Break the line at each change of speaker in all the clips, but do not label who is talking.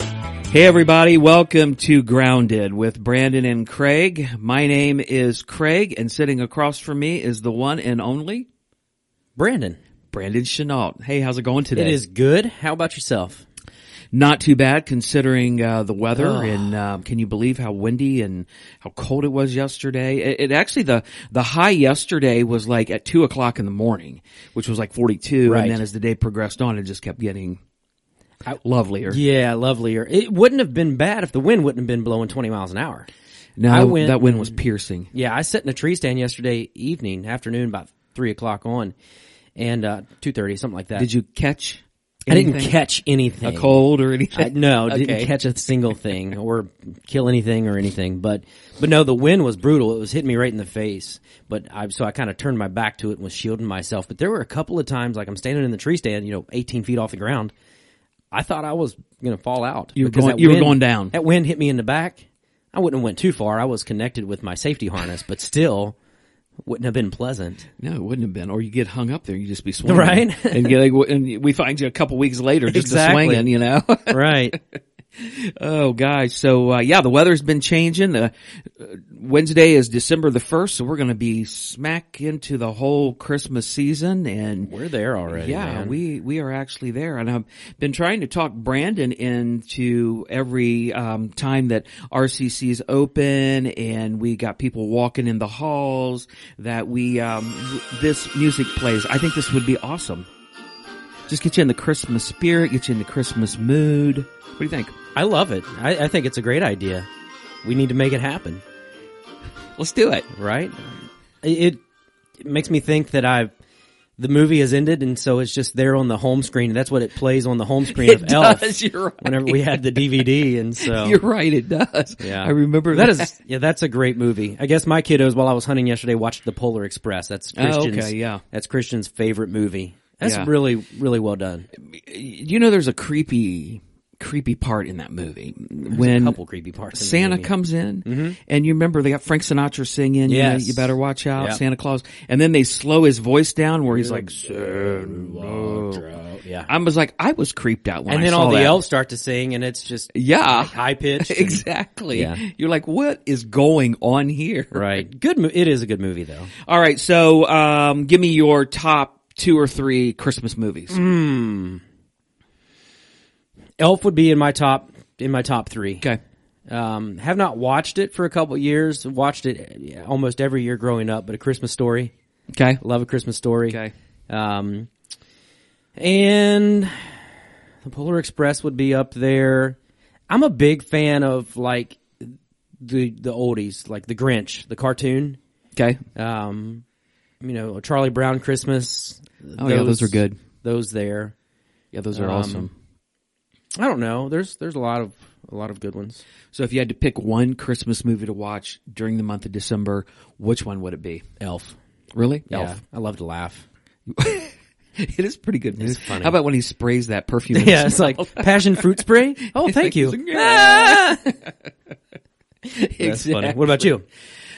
Hey, everybody. Welcome to Grounded with Brandon and Craig. My name is Craig, and sitting across from me is the one and only
Brandon,
Brandon Chenault. Hey, how's it going today?
it is good. How about yourself?
not too bad considering uh, the weather. And um, can you believe how windy and how cold it was yesterday? It, it actually the the high yesterday was like at two o'clock in the morning, which was like forty two.
Right.
And then as the day progressed on, it just kept getting lovelier.
Yeah, lovelier. It wouldn't have been bad if the wind wouldn't have been blowing 20 miles an hour.
no,
I went-
that wind was piercing.
Yeah, I sat in a tree stand yesterday evening, afternoon, about 3 o'clock on, and uh, 2.30, something like that.
Did you catch?
I didn't
anything?
catch anything.
a cold or
I,
anything.
no, didn't
Okay.
catch a single thing or kill anything or anything. But but no, the wind was brutal. It was hitting me right in the face. But I so I kind of turned my back to it and was shielding myself. But there were a couple of times, like I'm standing in the tree stand, you know, 18 feet off the ground. I thought I was gonna fall out.
You were
because
going-
that
you were going down.
That wind hit me in the back. I wouldn't have went too far. I was connected with my safety harness, but still wouldn't have been pleasant.
No, it wouldn't have been. Or you get hung up there, you just be swinging,
Right?
and, get, and we find you a couple weeks later just a
Exactly.
swinging, you know.
Right.
oh, guys. So uh, yeah, the weather's been changing. The uh, Wednesday is December the first, so we're going to be smack into the whole Christmas season, and
we're there already.
yeah,
man.
we we are actually there, and I've been trying to talk Brandon into every um, time that RCC's open, and we got people walking in the halls that we um, w- this music plays. I think this would be awesome. Just get you in the Christmas spirit, get you in the Christmas mood. What do you think?
I love it. I, I think it's a great idea. We need to make it happen.
Let's do it.
right? It, it- it makes me think that I've the movie has ended, and so it's just there on the home screen. That's what it plays on the home screen
It
of Elf.
does, you're right.
Whenever we had the DVD, and so
You're right. It does.
yeah,
I remember
that is yeah, that's a great movie. I guess my kiddos, while I was hunting yesterday, watched The Polar Express. That's
Oh, okay,
Christian's,
yeah.
that's Christian's favorite movie. That's
Yeah.
really really well done.
You know, there's a creepy, creepy part in that movie when
a couple creepy parts. in the
Santa
movie.
comes in, and you remember they got Frank Sinatra singing. you know,
Mm-hmm. Yes.
you better watch out,
Yep.
Santa Claus. And then they slow his voice down where he's like, Santa.
yeah,
I was like, I was creeped out when
and
I
then
saw
all the
that.
elves start to sing, and it's just
yeah,
high pitched.
exactly.
Yeah.
You're like, what is going on here?
Right. Good. Mo- it is a good movie though.
All right, so um, give me your top two or three Christmas movies.
Mm. Elf would be in my top in my top three.
Okay,
Um, have not watched it for a couple years. Watched it yeah, almost every year growing up. But a Christmas story.
okay,
Love a Christmas story.
okay.
Um, and the Polar Express would be up there. I'm a big fan of like the the oldies, like the Grinch, the cartoon.
Okay.
Um, you know, Charlie Brown Christmas.
Oh, yeah, those are good.
Those there.
Yeah, those are
Um,
awesome.
I don't know. There's there's a lot of a lot of good ones.
So if you had to pick one Christmas movie to watch during the month of December, which one would it be?
Elf.
Really?
Yeah, I love to laugh.
It is pretty good news.
funny.
How about when he sprays that perfume? in
Yeah,
his
it's like passion fruit spray. Oh, thank you.
Yeah.
That's funny. What about you?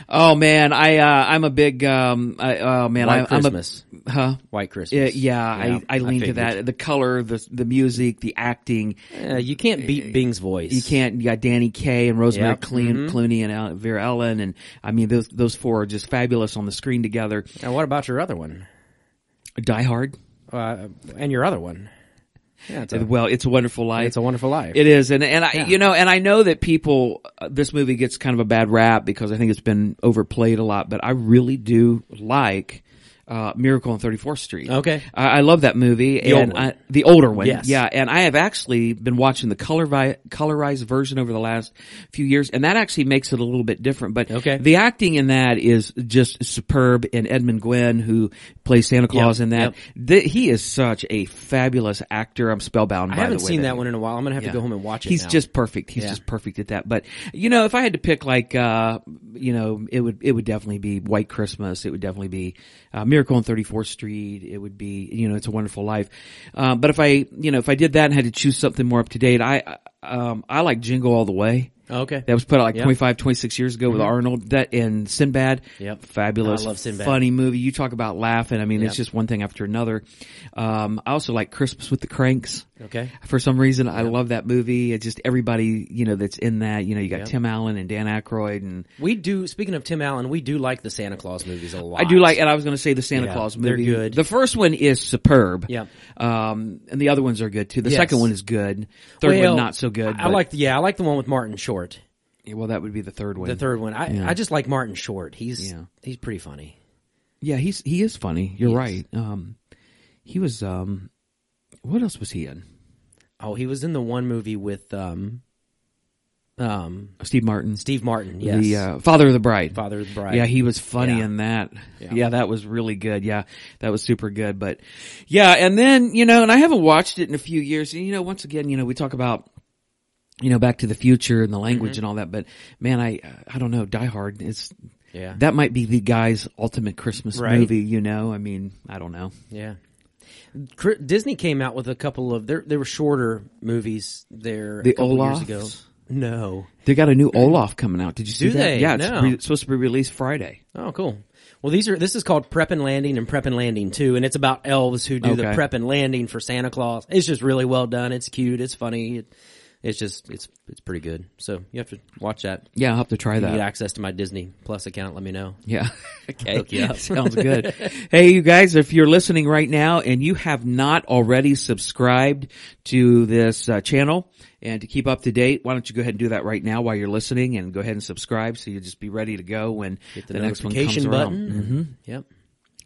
Oh man, I uh, I'm a big um I, oh man, I,
White
I'm a
Christmas.
huh.
White
Yeah,
Christmas.
yeah, I, I lean to
figured.
that. The color, the the music, the acting.
Yeah, you can't beat Bing's voice.
You can't. You got Danny Kaye and Rosemary
Yep. Mm-hmm.
Clooney, Clooney and Al- Vera Ellen, and I mean those those four are just fabulous on the screen together.
Now, what about your other one?
Die Hard.
Uh, and your other one? Yeah, it's a,
Well, it's a Wonderful Life.
it's a Wonderful Life.
It is, and and I you know, and I know that people uh, this movie gets kind of a bad rap because I think it's been overplayed a lot, but I really do like uh, Miracle on 34th Street.
Okay.
I, I love that movie
old
and
one.
I, the older one.
Yes.
Yeah, and I have actually been watching the color vi- colorized version over the last few years, and that actually makes it a little bit different. But
Okay.
the acting in that is just superb. And Edmund Gwynn, who plays Santa Claus in that, th- he is such a fabulous actor. I'm spellbound.
I
by
haven't
the way
seen
that
that one in a while. I'm gonna have to go home and watch it.
He's
now.
just perfect. He's
Yeah.
just perfect at that. But you know, if I had to pick, like, uh, you know, it would it would definitely be White Christmas. It would definitely be uh, Miracle on Thirty Fourth Street. It would be, you know, It's a Wonderful Life. Uh, but if I, you know, if I did that and had to choose something more up to date, I um, I like Jingle All the Way.
Okay.
That was put out like
Yep.
twenty five, twenty six 25, 26 years ago with Arnold. That and Sinbad.
Mm-hmm. Yep.
Fabulous.
I love Sinbad.
Funny movie. You talk about laughing. I mean,
Yep.
it's just one thing after another. Um, I also like Christmas with the Cranks.
Okay.
For some reason, I love that movie. It's just everybody, you know, that's in that. You know, you got Tim Allen and Dan Aykroyd and
We do. Speaking of Tim Allen, we do like the Santa Claus movies a lot.
I do like, and I was going to say the Santa
Yeah,
Claus
they're
movie.
good.
The first one is superb.
Yeah.
Um, and the other ones are good too. The
Yes.
second one is good. Third
Well,
one not so good.
I, I
but-
like. The, yeah, I like the one with Martin Short.
Yeah, Well, that would be the third one.
The third one. I I just like Martin Short. He's
Yeah.
he's pretty funny.
yeah, he's he is funny. You're right. Um, he was. Um, what else was he in?
Oh, he was in the one movie with um um
Steve Martin.
Steve Martin. Yes.
The uh, Father of the Bride.
Father of the Bride.
Yeah, he was funny
Yeah.
in that. Yeah. that was really good. Yeah, that was super good. But yeah, and then, you know, and I haven't watched it in a few years. And, you know, once again, you know, we talk about, you know, back to the future and the language
Mm-hmm.
and all that. But man, I, I don't know, Die Hard is,
Yeah.
that might be the guy's ultimate Christmas
Right.
movie, you know? I mean, I don't know.
Yeah. Cr- Disney came out with a couple of there. They were shorter movies there.
The
a couple years
Olafs?
ago. No.
They got a new Olaf coming out. Did you see
Do
that?
they?
Yeah, it's
No.
re- supposed to be released Friday.
Oh, cool. Well, these are this is called Prep and Landing and Prep and Landing Two, and it's about elves who do the
Okay.
prep and landing for Santa Claus. It's just really well done. It's cute. It's funny. It, it's just it's it's pretty good. So you have to watch that.
Yeah, I'll have to try
If you
that.
Need access to my Disney Plus account? Let me know.
Yeah. Okay.
Hook you up.
Sounds good. hey, you guys, if you're listening right now and you have not already subscribed to this uh, channel and to keep up to date, why don't you go ahead and do that right now while you're listening and go ahead and subscribe so you'll just be ready to go when
Hit the,
next one comes
notification
around Mm-hmm.
button. Yep.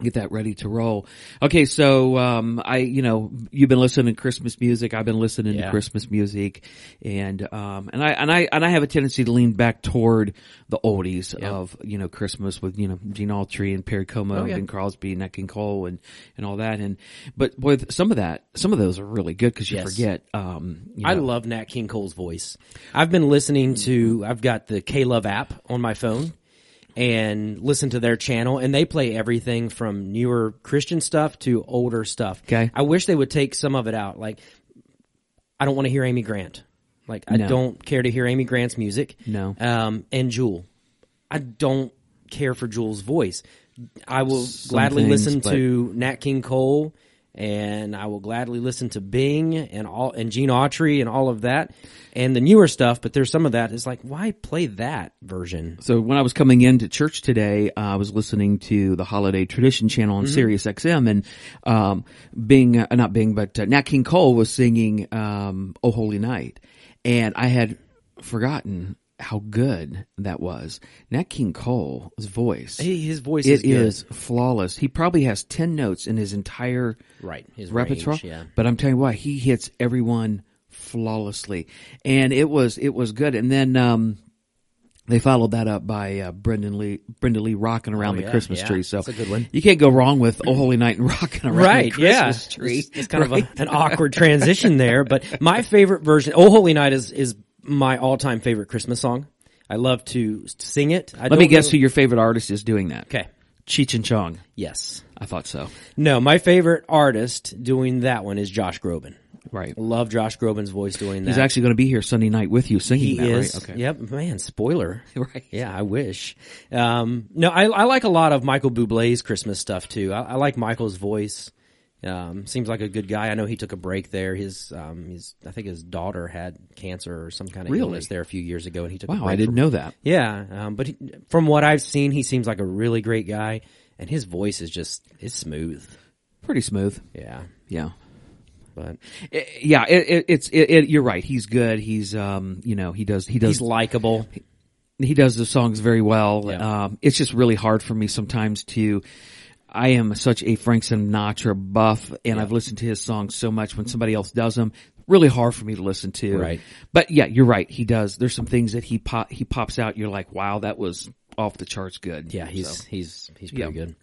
get that ready to roll. Okay, so um I you know, you've been listening to Christmas music, I've been listening
Yeah.
to Christmas music and um and I and I and I have a tendency to lean back toward the oldies of, you know, Christmas with, you know, Gene Autry and Perry Como
Oh,
and
yeah.
Bing Crosby and Nat King Cole and and all that and but with some of that some of those are really good cuz you
Yes.
forget um you
I
know,
love Nat King Cole's voice. I've been listening to I've got the K Love app on my phone and listen to their channel and they play everything from newer Christian stuff to older stuff.
Okay.
I wish they would take some of it out. Like I don't want to hear Amy Grant. Like I
No.
don't care to hear Amy Grant's music.
No.
Um and Jewel. I don't care for Jewel's voice. I will
Some
gladly
things,
listen
but-
to to Nat King Cole, and I will gladly listen to Bing and all and Gene Autry and all of that, and the newer stuff. But there's some of that is like, why play that version?
So when I was coming into church today, uh, I was listening to the Holiday Tradition channel
Mm-hmm.
on Sirius XM and, um, Bing, uh, not Bing, but uh, Nat King Cole was singing, um, Oh Holy Night. And I had forgotten how good that was. Nat King Cole's voice.
He- His voice is
it
good.
is flawless. He probably has 10 notes in his entire
right. His
repertoire.
range, yeah.
But I'm telling you what, he hits everyone flawlessly, and it was it was good. And then um, they followed that up by uh, Brendan Lee Brenda Lee rocking around the
Oh, yeah,
Christmas
yeah.
tree. So
That's a good one.
You can't go wrong with Oh Holy Night and rocking around
Right,
the
yeah.
Christmas tree.
It's, it's kind of a, an awkward transition there, but my favorite version, "Oh Holy Night," is is my all time favorite Christmas song. I love to sing it. I
Let me guess who your favorite artist is doing that.
Okay.
Cheech and Chong.
Yes.
I thought so.
No, my favorite artist doing that one is Josh Groban.
Right.
Love Josh Groban's voice doing that.
He's actually going to be here Sunday night with you singing
He
that,
is.
right? Okay.
Yep. Man, spoiler.
Right.
Yeah, I wish. Um, no, I, I like a lot of Michael Bublé's Christmas stuff too. I, I like Michael's voice. Um, seems like a good guy. I know he took a break there. His, um, his, I think his daughter had cancer or some kind of
Really?
illness there a few years ago, and he took. a
Wow,
break
I didn't
from-
know that.
Yeah, um, but he, from what I've seen, he seems like a really great guy, and his voice is just it's smooth.
Pretty smooth.
Yeah,
Yeah.
but
I- yeah, it, it, it's it, it, you're right. He's good. He's um, you know, he does he does
he's likable.
he does the songs very well.
Yeah.
Um, it's just really hard for me sometimes to. I am such a Frank Sinatra buff, and I've listened to his songs so much. When somebody else does them, really hard for me to listen to.
Right.
But yeah, you're right. He does. There's some things that he pop he pops out. You're like, wow, that was off the charts good.
Yeah, he's he's he's pretty
Yeah.
good.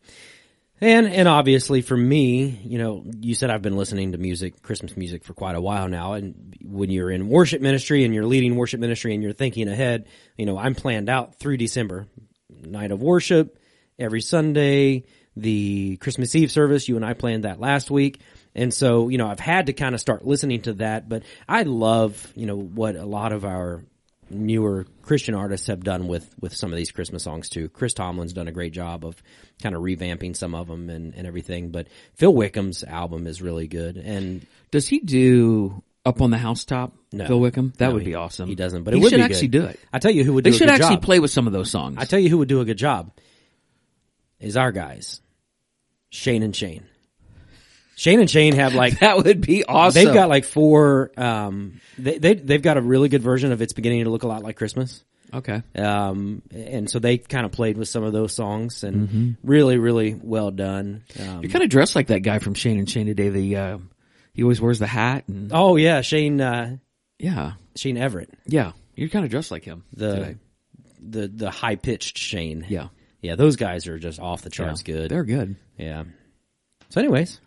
And and obviously for me, you know, you said I've been listening to music, Christmas music for quite a while now and when you're in worship ministry and you're leading worship ministry and you're thinking ahead, you know, I'm planned out through December. Night of worship every Sunday, the Christmas Eve service, you and I planned that last week. And so, you know, I've had to kind of start listening to that, but I love, you know, what a lot of our newer Christian artists have done with, with some of these Christmas songs too. Chris Tomlin's done a great job of kind of revamping some of them and, and everything, but Phil Wickham's album is really good. And
Does he do up on the housetop?
No.
Phil Wickham. That
No,
would
he-
be awesome.
he doesn't, but
he
it would
should
be
actually
good.
do it.
I tell you who would
They
do a
should
good
actually
job.
play with some of those songs.
I tell you who would do a good job is our guys, Shane and Shane. Shane and Shane have like
that would be awesome.
They've got like four. Um, they, they they've got a really good version of "It's Beginning to Look a Lot Like Christmas."
okay.
Um, and so they kind of played with some of those songs and
Mm-hmm.
really, really well done. Um,
You're kind of dressed like that guy from Shane and Shane today. The uh, he always wears the hat and
oh yeah, Shane uh,
yeah,
Shane Everett,
yeah. You're kind of dressed like him.
the
today.
the the high pitched Shane.
Yeah.
yeah, those guys are just off the charts good.
They're good.
yeah. So, anyways,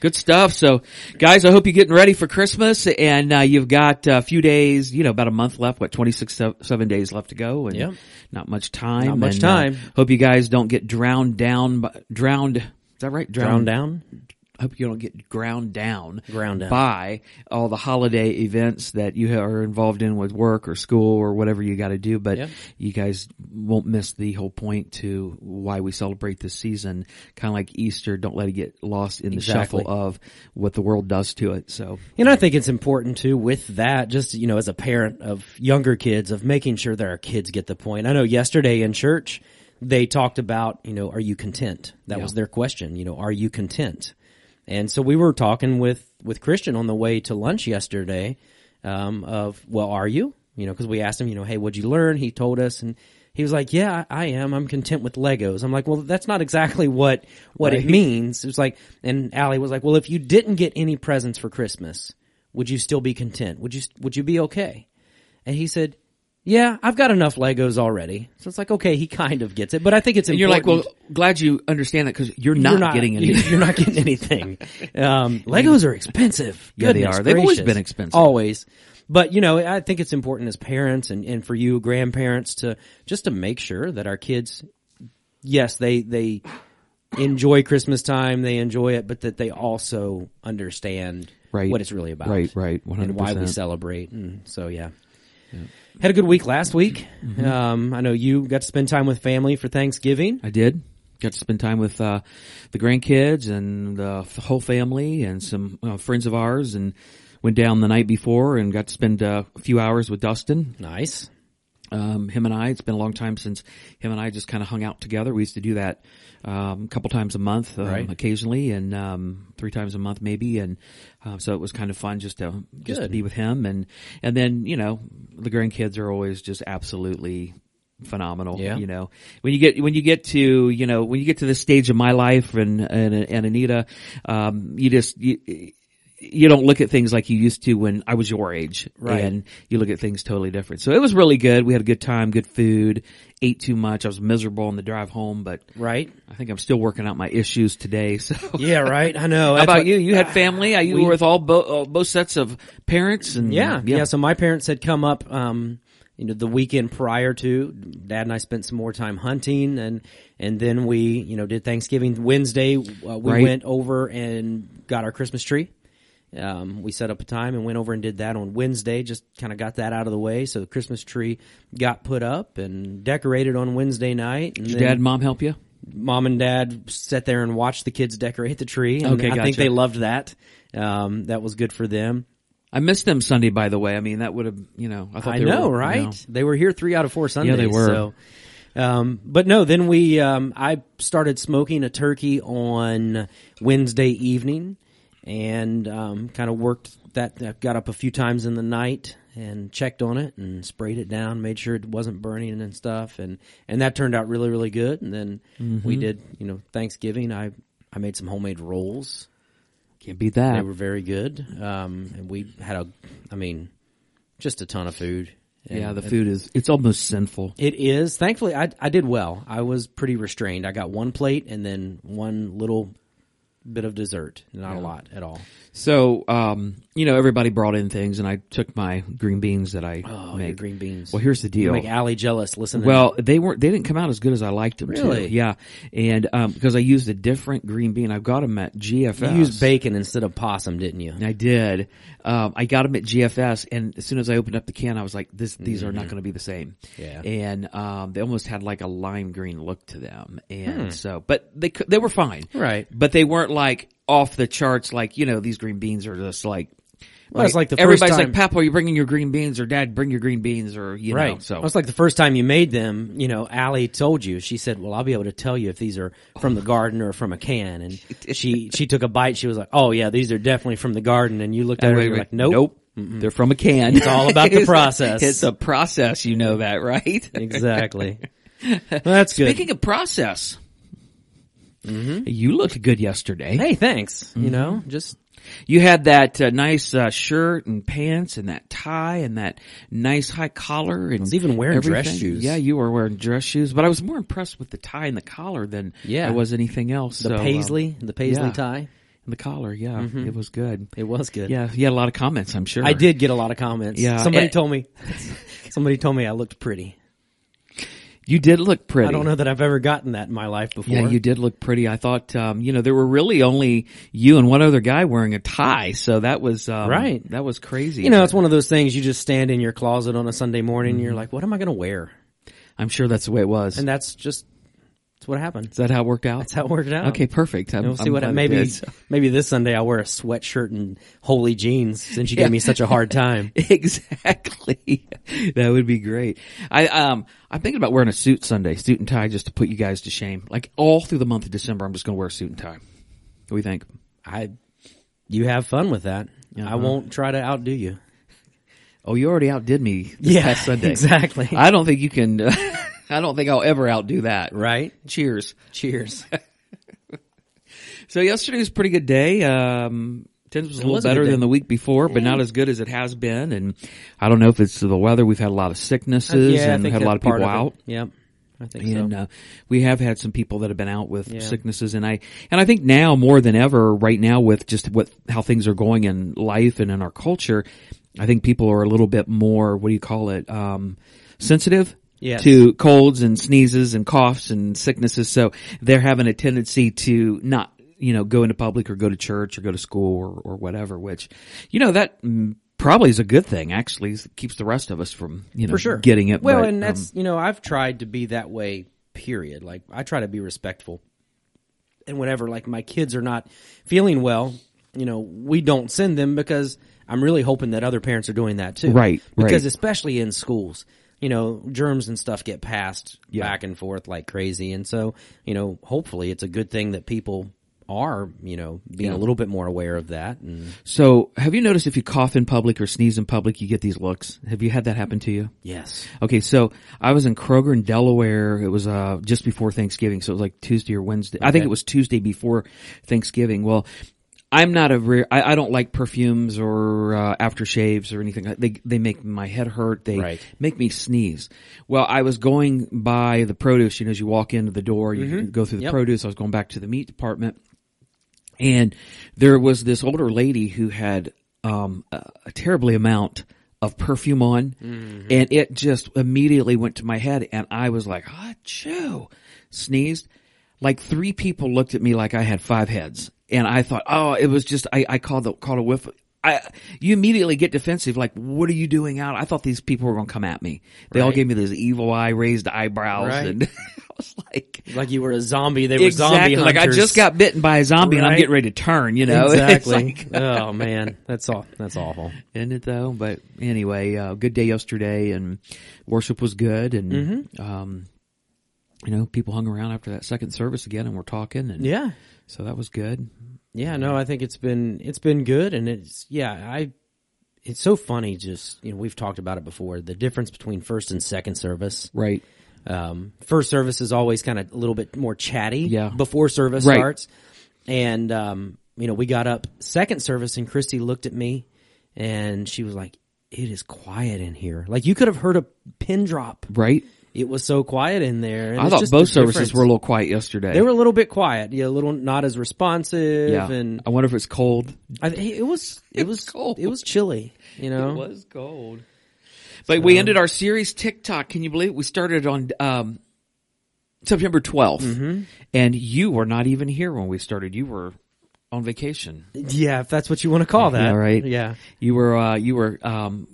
Good stuff. So, guys, I hope you're getting ready for Christmas, and uh, you've got a few days, you know, about a month left. What, twenty six seven days left to go, and
Yeah.
not much time.
Not much
and,
time.
uh, hope you guys don't get drowned down. By, drowned. Is that right?
ground down.
I hope you don't get ground down,
Ground down.
by all the holiday events that you are involved in with work or school or whatever you got to do. But
Yeah.
you guys won't miss the whole point to why we celebrate this season. Kind of like Easter, don't let it get lost in the
Exactly.
shuffle of what the world does to it. So
And I think it's important too with that, just, you know, as a parent of younger kids, of making sure that our kids get the point. I know yesterday in church, they talked about, you know, are you content? That was their question. You know, are you content? And so we were talking with, with Christian on the way to lunch yesterday, um, of, well, are you? You know, cause we asked him, you know, hey, what'd you learn? He told us and he was like, yeah, I I am. I'm content with Legos. I'm like, well, that's not exactly what, what it means. It was like, and Allie was like, well, if you didn't get any presents for Christmas, would you still be content? Would you, would you be okay? And he said, yeah, I've got enough Legos already. So it's like, okay, he kind of gets it, but I think it's
and
important.
you're like, well, glad you understand that because you're not,
You're
getting any.
You're not getting anything. Um, Legos are expensive.
Yeah, they
Goodness
are. They've always
gracious.
been expensive.
Always. But you know, I think it's important as parents and, and for you grandparents to just to make sure that our kids, yes, they, they enjoy Christmas time. They enjoy it, but that they also understand
Right.
what it's really about.
Right, right.
And why we
100%.
celebrate. And so, yeah. Had a good week last week.
Mm-hmm.
Um, I know you got to spend time with family for Thanksgiving.
I did. Got to spend time with uh, the grandkids and the f- whole family and some uh, friends of ours, and went down the night before and got to spend uh, a few hours with Dustin.
Nice.
Um, him and I. It's been a long time since him and I just kind of hung out together. We used to do that um, a couple times a month, um,
Right.
occasionally, and um, three times a month maybe. And uh, so it was kind of fun just to just to
Good.
be with him, and and then you know the grandkids are always just absolutely phenomenal
Yeah.
you know when you get when you get to you know when you get to this stage of my life and and, and anita um you just you, you don't look at things like you used to when I was your age.
Right.
And you look at things totally different. So it was really good. We had a good time, good food, ate too much. I was miserable on the drive home, but
Right.
I think I'm still working out my issues today. So
Yeah, right. I know.
how
That's
about
what-
you? You had family. Uh, You
we-
were with all bo- uh, both sets of parents and
Yeah, Mm, yeah. So my parents had come up, um, you know, the weekend prior to. Dad and I spent some more time hunting, and and then we, you know, did Thanksgiving Wednesday. Uh, we
Right.
went over and got our Christmas tree. Um, we set up a time and went over and did that on Wednesday. Just kind of got that out of the way, so the Christmas tree got put up and decorated on Wednesday night. And
Did
then-
Dad, and mom help you?
mom and dad sat there and watched the kids decorate the tree. And
Okay,
I think
gotcha.
they loved that. Um, that was good for them.
I missed them Sunday, by the way. I mean, that would have, you know, I thought
I
they
know,
were,
right?
you know.
They were here three out of four Sundays.
they were.
So, um, but no, then we, um, I started smoking a turkey on Wednesday evening and, um, kind of worked that, that got up a few times in the night and checked on it and sprayed it down, made sure it wasn't burning and stuff. And, and that turned out really, really good. And then
Mm-hmm.
we did, you know, Thanksgiving. I, I made some homemade rolls.
Can't beat that.
They were very good. Um, and we had a, I mean, just a ton of food. And-
yeah, the food is, it's almost sinful.
It is. Thankfully, I, I did well. I was pretty restrained. I got one plate and then one little bit of dessert, not a lot at all.
So, um, you know, everybody brought in things, and I took my green beans that I
Oh, your
make.
green beans.
Well, here's the deal.
make Allie jealous. Listen, to
Well, they weren't. They didn't come out as good as I liked them.
Really?
To. Yeah, and um, because I used a different green bean, I've got them at GFS.
you used bacon instead of possum, didn't you?
I did. Um, I got them at GFS, and as soon as I opened up the can, I was like, "This, these are not going to be the same."
Mm. Yeah.
And um, they almost had like a lime green look to them, and so, but they cou- they were fine,
Hmm. Right.
But they weren't like off the charts, like you know, these green beans are just like.
Well, it's like the first
everybody's
time-
like, "Papa, are you bringing your green beans?" or "Dad, bring your green beans?" or you know. So
Well, it's like the first time you made them, you know, Allie told you, she said, well, I'll be able to tell you if these are from the garden or from a can. And she, she took a bite. She was like, oh yeah, these are definitely from the garden. And you looked at her and
Wait,
you're
wait.
like, nope.
They're from a can. It's
all about the process.
It's a process, you know that, right?
Exactly. well, that's good.
Speaking of process, you looked good yesterday.
Mm-hmm. hey, thanks.
Mm-hmm.
You know, just,
You had that uh, nice uh, shirt and pants and that tie and that nice high collar and I
was even wearing dress shoes.
Yeah, you were wearing dress shoes, but I was more impressed with the tie and the collar than
Yeah.
I was anything else.
the
so, um,
paisley, the paisley
yeah.
tie.
and the collar, yeah, it was good.
It was good.
Yeah, you had a lot of comments, I'm sure.
I did get a lot of comments.
Yeah.
Somebody
Eh.
told me, somebody told me I looked pretty.
You did look pretty.
I don't know that I've ever gotten that in my life before.
Yeah, you did look pretty. I thought, um, you know, there were really only you and one other guy wearing a tie, so that was um,
Right.
That was crazy.
You know, it's one of those things you just stand in your closet on a Sunday morning and
Mm-hmm.
you're like, what am I going to wear?
I'm sure that's the way it was.
And that's just, that's what happened.
Is that how it worked out?
That's how it worked out.
okay, perfect. I'm,
We'll see
I'm
what,
glad it
maybe,
did.
maybe this Sunday I'll wear a sweatshirt and holy jeans since you gave me such a hard time.
Exactly. That would be great. I um I'm thinking about wearing a suit Sunday, suit and tie, just to put you guys to shame. Like all through the month of December, I'm just going to wear a suit and tie. What do you think?
I, you have fun with that.
Uh-huh.
I won't try to outdo you.
Oh, you already outdid me this
Yeah,
past Sunday.
exactly.
I don't think you can. I don't think I'll ever outdo that.
Right?
Cheers.
Cheers.
So yesterday was a pretty good day. Um, Tens was a little
was a
better
good
than
day.
the week before, but not as good as it has been. And I don't know if it's the weather. We've had a lot of sicknesses
Uh, yeah, I
and
think
had a
that's
lot of
part
people
of
out.
it. Yep. I think so.
And uh, we have had some people that have been out with sicknesses, and I and I think now more than ever, right now with just what how things are going in life and in our culture, I think people are a little bit more what do you call it um, sensitive
Yes.
to colds and sneezes and coughs and sicknesses. So they're having a tendency to not you know go into public or go to church or go to school or, or whatever. Which you know that. mm, Probably is a good thing. Actually, keeps the rest of us from you know
for sure
getting it.
Well,
but,
and
um,
that's you know I've tried to be that way. Period. Like I try to be respectful, and whenever like my kids are not feeling well, you know we don't send them because I'm really hoping that other parents are doing that too.
Right, right.
Because especially in schools, you know germs and stuff get passed back and forth like crazy, and so you know hopefully it's a good thing that people are you know being a little bit more aware of that and
So, have you noticed if you cough in public or sneeze in public, you get these looks? Have you had that happen to you?
yes
Okay, so I was in Kroger in Delaware. It was uh just before Thanksgiving, so it was like Tuesday or Wednesday. I think it was Tuesday before Thanksgiving. Well, I'm not a re- I, I don't like perfumes or uh, aftershaves or anything. They they make my head hurt. They
Right.
make me sneeze. Well, I was going by the produce. You know, as you walk into the door, you go through the
Mm-hmm. Yep.
produce. I was going back to the meat department, and there was this older lady who had um, a, a terribly amount of perfume on, and it just immediately went to my head, and I was like, "Ah, chew," sneezed. Like three people looked at me like I had five heads, and I thought, "Oh, it was just I, I called the called a whiff." I you immediately get defensive, like, "What are you doing out?" I thought these people were going to come at me. They all gave me those evil eye, raised eyebrows,
Right.
and I was like,
like you were a zombie they were zombie
like I
hunters.
just got bitten by a zombie and I'm
Right.
getting ready to turn, you know. It's
Exactly.
like-
oh man, that's all. That's awful.
Isn't it though? But anyway, uh, good day yesterday and worship was good and,
Mm-hmm.
um, you know, people hung around after that second service again and we're talking and
Yeah,
so that was good.
yeah. No, I think it's been it's been good, and it's yeah. I it's so funny. Just you know, we've talked about it before. The difference between first and second service.
Right.
Um, first service is always kind of a little bit more chatty.
Yeah.
Before service
Right.
starts, and um, you know, we got up second service, and Christy looked at me, and she was like, "It is quiet in here. Like you could have heard a pin drop."
Right.
it was so quiet in there. and
I
it's
thought
just
both
the
services
difference.
were a little quiet yesterday.
They were a little bit quiet, yeah, a little not as responsive,
yeah.
and
I wonder if it's cold.
I, it was it was
cold.
It was chilly, you know.
It was gold. But we ended our series TikTok. Can you believe it? we started on um, September 12th,
Mm-hmm.
and you were not even here when we started. You were on vacation.
Yeah, if that's what you want to call that.
Yeah, right.
Yeah.
You were uh, you were um,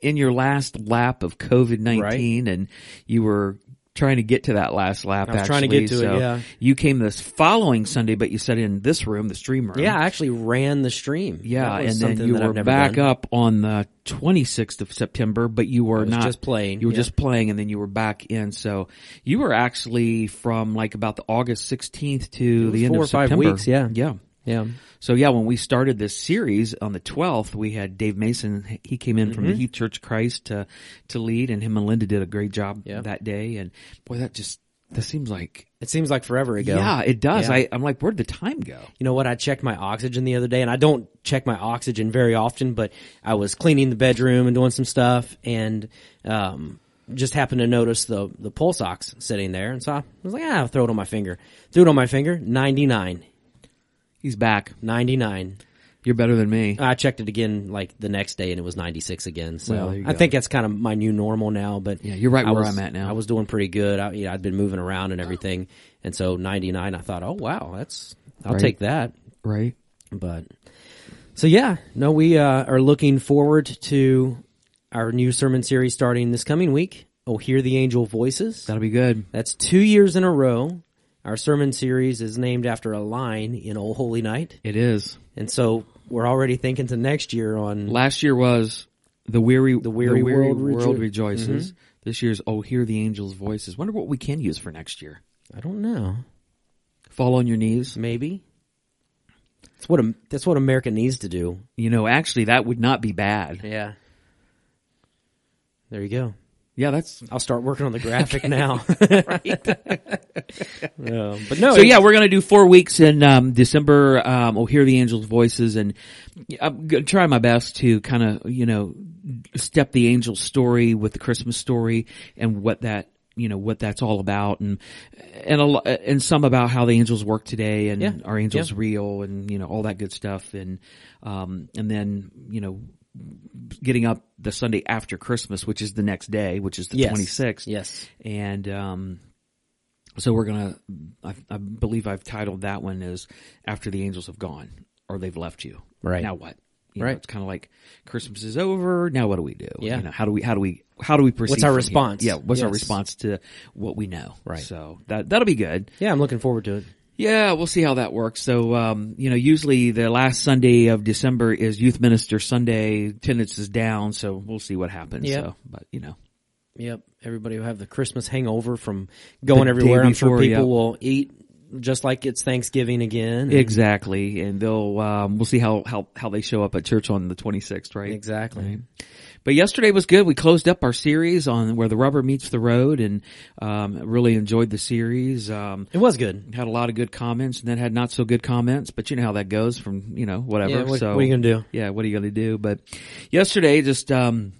in your last lap of COVID nineteen, and you were trying to get to that last lap. I
was trying to get to it, yeah.
you came this following Sunday, but you sat in this room, the stream room.
Yeah, I actually ran the stream.
Yeah,
That was
and then
something
you
that I've
were
never
back
done.
up on the 26th of September, but you were
was
not
just playing,
You were
yeah.
just playing, and then you were back in. So you were actually from like about the August 16th to the end
four
of
or five
September.
weeks, yeah.
yeah.
Yeah.
So yeah, when we started this series on the 12th, we had Dave Mason. He came in
Mm-hmm.
from the Heath Church Christ to to lead, and him and Linda did a great job
Yeah.
that day. And boy, that just that seems like
It seems like forever ago.
yeah, it does.
Yeah.
I, I'm like, where'd the time go?
You know what? I checked my oxygen the other day, and I don't check my oxygen very often, but I was cleaning the bedroom and doing some stuff, and um, just happened to notice the the pulse ox sitting there, and so I was like, ah, I'll throw it on my finger. Threw it on my finger, 99.
He's back.
99.
You're better than me.
I checked it again like the next day and it was 96 again. So
Well, there you
I
go.
think that's kind of my new normal now, but
Yeah, you're right
I
where
was-
I'm at now.
I was doing pretty good. I, you know, I'd been moving around and everything. And so 99, I thought, oh wow, that's, I'll
Right.
take that.
right.
But so yeah, no, we uh, are looking forward to our new sermon series starting this coming week. Oh, hear the angel voices.
That'll be good.
That's two years in a row. Our sermon series is named after a line in Old Holy Night.
It is.
And so we're already thinking to next year on
Last year was the weary, the
Weary Mm-hmm. World Rejo-
rejoices. This year's oh, hear the angels' voices. Wonder what we can use for next year.
I don't know.
Fall on your knees.
Maybe. That's what Am- that's what America needs to do.
You know, actually, that would not be bad.
Yeah. There you go.
Yeah, that's
I'll start working on the graphic now. Um, but no.
so. Yeah, we're gonna do four weeks in um, December. Um, oh, hear the angels' voices, and I'm gonna try my best to kind of you know step the angel story with the Christmas story and what that you know what that's all about and and a, lo- and some about how the angels work today and
Yeah.
are angels
Yeah.
real and you know all that good stuff and um and then you know getting up the Sunday after Christmas which is the next day which is the
Yes.
26th
Yes.
and um, so we're gonna. I, I believe I've titled that one as "After the Angels Have Gone" or "They've Left You."
Right.
now, what? You know,
Right.
it's kind of like Christmas is over. Now, what do we do?
Yeah.
You know, how do we? How do we? How do we proceed?
What's our
from here?
response?
Yeah. What's our
Yes.
response to what we know?
Right.
So that that'll be good.
Yeah, I'm looking forward to it.
Yeah, we'll see how that works. So, um, you know, usually the last Sunday of December is Youth Minister Sunday. Attendance is down, so we'll see what happens.
Yeah.
So, but you know,
Yep. Everybody will have the Christmas hangover from going
day
everywhere. I'm sure
before,
people
yeah.
will eat just like it's Thanksgiving again.
Exactly, and they'll um, we'll see how, how how they show up at church on the 26th, right?
Exactly.
Right. But yesterday was good. We closed up our series on where the rubber meets the road, and um, really enjoyed the series. Um,
It was good.
had a lot of good comments, and then had not so good comments. But you know how that goes from you know whatever.
Yeah, what-
so
what are you gonna do?
Yeah, what are you gonna do? But yesterday, just um,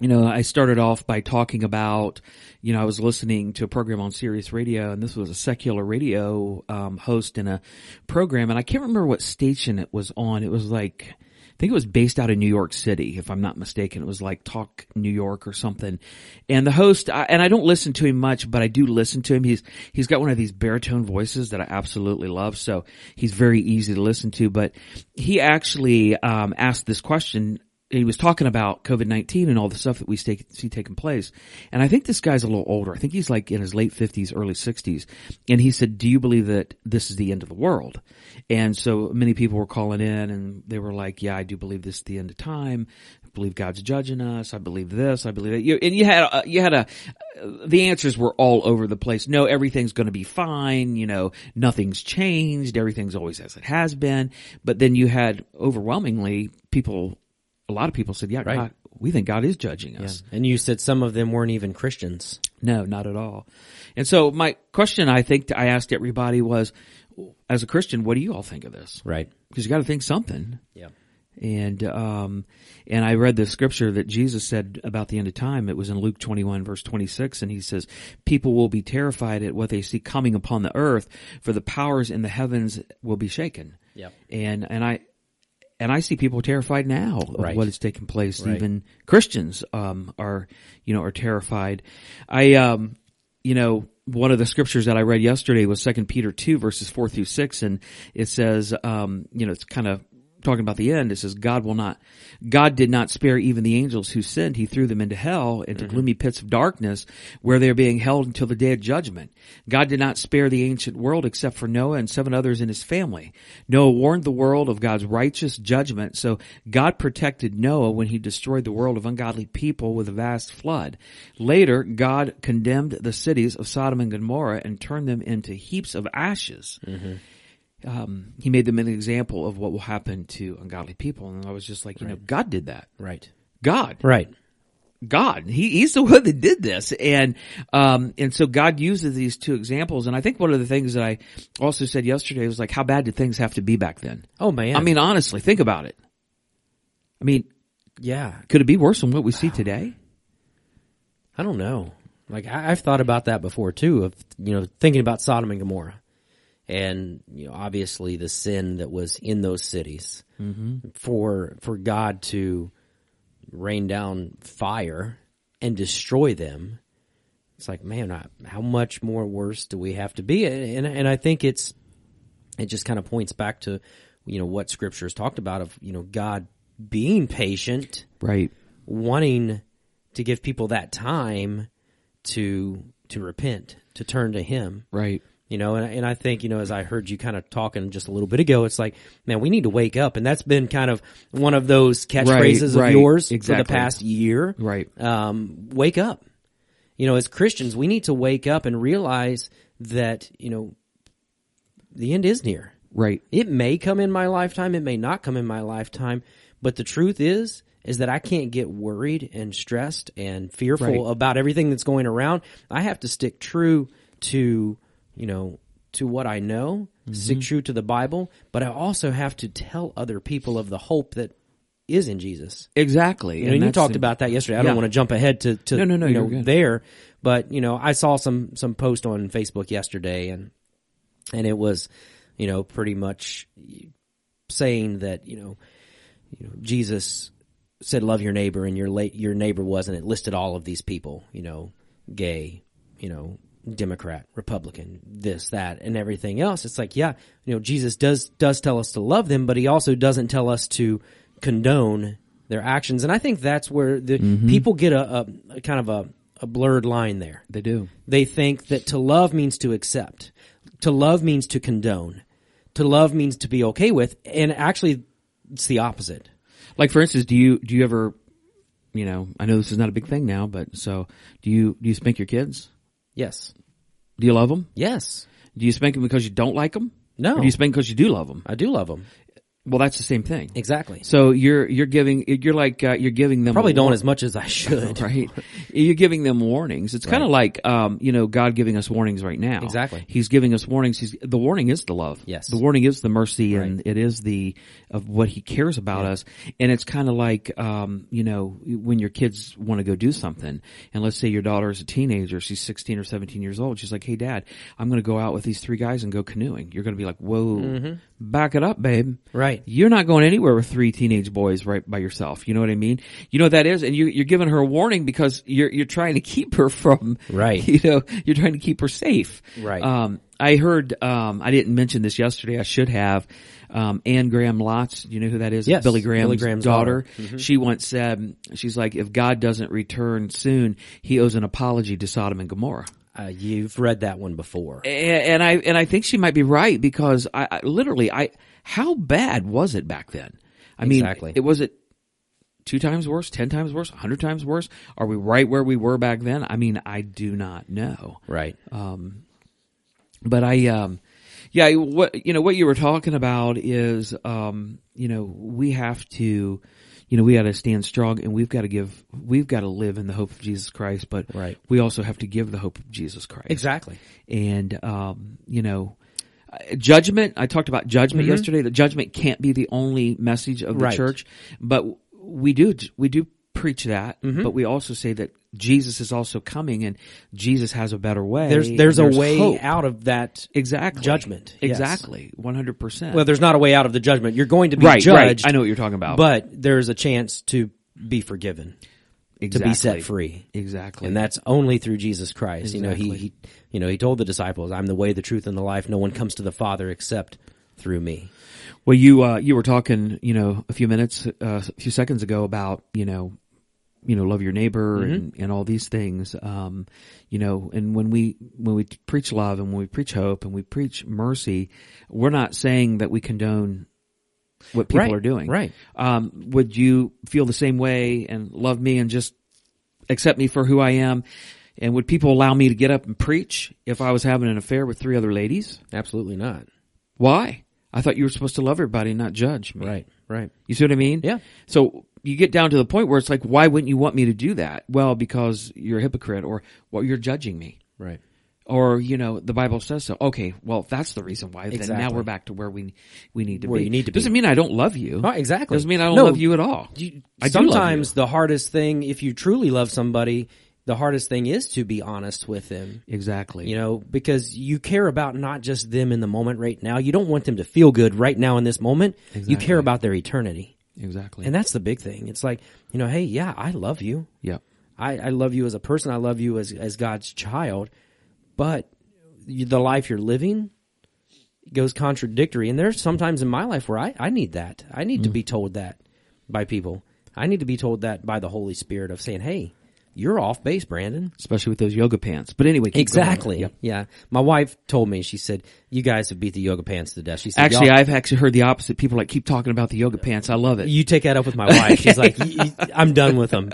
you know, I started off by talking about, you know, I was listening to a program on Sirius Radio and this was a secular radio, um, host in a program and I can't remember what station it was on. It was like, I think it was based out of New York City, if I'm not mistaken. It was like Talk New York or something. And the host, I, and I don't listen to him much, but I do listen to him. He's, he's got one of these baritone voices that I absolutely love. So he's very easy to listen to, but he actually, um, asked this question he was talking about COVID nineteen and all the stuff that we stake- see taking place. And I think this guy's a little older. I think he's like in his late fifties, early sixties. And he said, "Do you believe that this is the end of the world?" And so many people were calling in, and they were like, "Yeah, I do believe this is the end of time. I believe God's judging us. I believe this. I believe that." You, and you had a, you had a the answers were all over the place. No, everything's going to be fine. You know, nothing's changed. Everything's always as it has been. But then you had overwhelmingly people a lot of people said, yeah, God, we think God is judging us.
And you said some of them weren't even Christians.
No, not at all. And so my question I think I asked everybody was, as a Christian, what do you all think of this?
Right.
Because you got to think something.
Yep.
And um, and I read the scripture that Jesus said about the end of time. It was in Luke 21 verse 26 and he says, people will be terrified at what they see coming upon the earth for the powers in the heavens will be shaken.
Yep.
And, and I, and I see people terrified now of
Right.
what is taking place.
Right.
Even Christians um, are, you know, are terrified. I, um, you know, one of the scriptures that I read yesterday was Second Peter two verses four through six, and it says, um, you know, it's kind of talking about the end. It says, "God will not, God did not spare even the angels who sinned. He threw them into hell into
Mm-hmm.
gloomy pits of darkness, where they are being held until the day of judgment. God did not spare the ancient world except for Noah and seven others in his family. Noah warned the world of God's righteous judgment, so God protected Noah when he destroyed the world of ungodly people with a vast flood. Later, God condemned the cities of Sodom and Gomorrah and turned them into heaps of ashes. Um, he made them an example of what will happen to ungodly people. And I was just like, you know, God did that.
Right.
God.
Right.
God. He, he's the one that did this. And, um, and so God uses these two examples. And I think one of the things that I also said yesterday was like, how bad did things have to be back then?
Oh man.
I mean, honestly, think about it. I mean,
yeah.
could it be worse than what we see today?
I don't know. Like I, I've thought about that before too. Of you know thinking about Sodom and Gomorrah, and you know obviously the sin that was in those cities for for God to rain down fire and destroy them. It's like man, I, how much more worse do we have to be? And and I think it's it just kind of points back to you know what Scripture has talked about of you know God being patient
Right.
wanting to give people that time to to repent, to turn to Him.
Right.
You know, and, and I think you know, as I heard you kind of talking just a little bit ago, it's like, man, we need to wake up, and that's been kind of one of those catchphrases of
right,
yours for the
exactly.
past year.
Right.
Um, wake up. You know, as Christians, we need to wake up and realize that you know the end is near.
Right.
It may come in my lifetime, it may not come in my lifetime, but the truth is is that I can't get worried and stressed and fearful
Right.
about everything that's going around. I have to stick true to, you know, to what I know,
Mm-hmm.
stick true to the Bible, but I also have to tell other people of the hope that is in Jesus.
Exactly.
You, know, you
that's
talked
the-
about that yesterday. I
Yeah.
don't want to jump ahead to, to
No, no, no,
you
you're
know,
good.
there, but you know, I saw some some post on Facebook yesterday, and and it was, you know, pretty much saying that you know, you know, Jesus said, "Love your neighbor," and your late your neighbor wasn't. It listed all of these people, you know, gay, you know, Democrat, Republican, this, that, and everything else. It's like, yeah, you know, Jesus does does tell us to love them, but he also doesn't tell us to condone their actions. And I think that's where the people get a, a, a kind of a, a blurred line there
They do.
they think that to love means to accept. To love means to condone. To love means to be okay with. And actually, it's the opposite.
Like for instance, do you do you ever, you know, I know this is not a big thing now, but so do you do you spank your kids?
Yes.
Do you love them?
Yes.
Do you spank them because you don't like them?
No.
Or do you spank because you do love them?
I do love them.
Well, that's the same thing.
Exactly.
So you're you're giving you're like uh, you're giving them
Probably
a warning,
don't as much as I should.
right. You're giving them warnings. It's kind of like um, you know God giving us warnings right now.
Exactly.
He's giving us warnings. He's, the warning is the love.
Yes.
The warning is the mercy, and it is the of what He cares about us. And it's kind of like um, you know when your kids want to go do something, and let's say your daughter is a teenager, she's 16 or 17 years old. She's like, "Hey, Dad, I'm going to go out with these three guys and go canoeing." You're going to be like, "Whoa,
Mm-hmm.
back it up, babe."
Right.
You're not going anywhere with three teenage boys right by yourself. You know what I mean? You know what that is, and you, you're giving her a warning because you're you're trying to keep her from
Right.
You know, you're trying to keep her safe.
Right.
Um, I heard. Um, I didn't mention this yesterday. I should have. Um, Anne Graham Lotz. You know who that is?
Yes,
Billy Graham's,
Billy Graham's Mm-hmm.
daughter. She once said, "She's like, if God doesn't return soon, he owes an apology to Sodom and Gomorrah."
Uh, you've read that one before.
and, and I and I think she might be right because I, I literally I how bad was it back then? I mean,
Exactly.
it was it two times worse, ten times worse, a hundred times worse. Are we right where we were back then? I mean, I do not know,
Right.
but I um, yeah, what you know what you were talking about is um, you know we have to. You know, we got to stand strong and we've got to give, we've got to live in the hope of Jesus Christ, but
Right.
we also have to give the hope of Jesus Christ
exactly.
and um, you know, uh, judgment. I talked about judgment yesterday. The judgment can't be the only message of the
Mm-hmm. Right.
church, but we do we do preach that,
Mm-hmm.
but we also say that Jesus is also coming and Jesus has a better way.
There's
and
there's, a way
hope.
out of that.
Exactly.
Judgment, yes.
Exactly. 100%.
Well, there's not a way out of the judgment. You're going to be
right,
judged.
right. I know what you're talking about.
But there's a chance to be forgiven, to
exactly.
be set free.
Exactly.
And that's only through Jesus Christ. You know,
Exactly.
he, he, you know, he told the disciples, "I'm the way, the truth, and the life. No one comes to the Father except through me."
Well, you uh, you were talking, you know, a few minutes, uh, a few seconds ago about you know, you know, love your neighbor and,
Mm-hmm.
and all these things. Um, you know, and when we when we preach love and when we preach hope and we preach mercy, we're not saying that we condone what people
Right,
are doing.
right.
Um, would you feel the same way and love me and just accept me for who I am? And would people allow me to get up and preach if I was having an affair with three other ladies?
Absolutely not.
Why? I thought you were supposed to love everybody, not judge me.
Right. Right.
You see what I mean?
Yeah.
So you get down to the point where it's like, why wouldn't you want me to do that? Well, because you're a hypocrite or, well, you're judging me.
Right.
Or, you know, the Bible says so. Okay, well, if that's the reason why, then now
Exactly.
we're back to where we, we need to
Where
be.
you need to be.
Doesn't mean I don't love you.
Oh, exactly.
Doesn't mean I don't
No.
love you at all.
You,
I do love
sometimes the hardest thing, if you truly love somebody, the hardest thing is to be honest with them.
Exactly.
You know, because you care about not just them in the moment right now. You don't want them to feel good right now in this moment. You care about their eternity.
Exactly.
And that's the big thing. It's like, you know, hey, yeah, I love you.
yeah.
I, I love you as a person. I love you as, as God's child. But you, the life you're living goes contradictory. And there's sometimes in my life where I, I need that. I need
Mm.
to be told that by people. I need to be told that by the Holy Spirit of saying, hey, you're off base, Brandon.
Especially with those yoga pants. But anyway, keep going.
Exactly.
Yep.
Yeah. My wife told me, she said, you guys have beat the yoga pants to death. She said,
Actually,
"Y'all-
I've actually heard the opposite. People like keep talking about the yoga pants. I love it.
you take that up with my wife. She's like, "You- you- I'm done with them.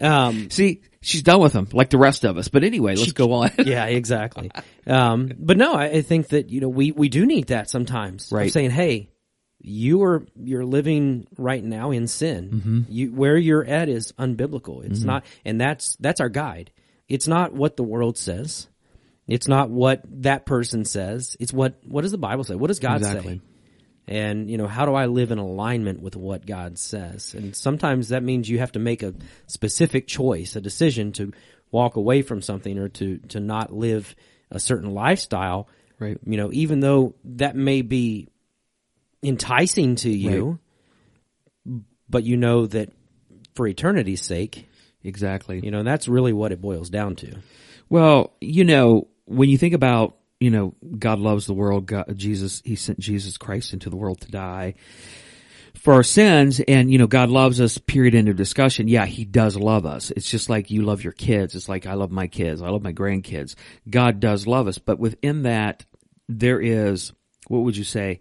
Um,
See, she's done with them, like the rest of us. But anyway, let's go on.
yeah, exactly. Um, but no, I, I think that you know we we do need that sometimes. Of
Right.
saying, hey, you are you're living right now in sin.
Mm-hmm.
You where you're at is unbiblical. It's not, and that's that's our guide. It's not what the world says. It's not what that person says. It's what what does the Bible say? What does God
Exactly.
say? And you know, how do I live in alignment with what God says? And sometimes that means you have to make a specific choice, a decision to walk away from something or to to not live a certain lifestyle.
Right.
You know, even though that may be enticing to you, but you know that for eternity's sake,
Exactly.
you know, that's really what it boils down to.
Well, you know, when you think about, you know, God loves the world, God, Jesus, He sent Jesus Christ into the world to die for our sins and, you know, God loves us, period, end of discussion. Yeah, He does love us. It's just like you love your kids. It's like I love my kids. I love my grandkids. God does love us. But within that, there is, what would you say,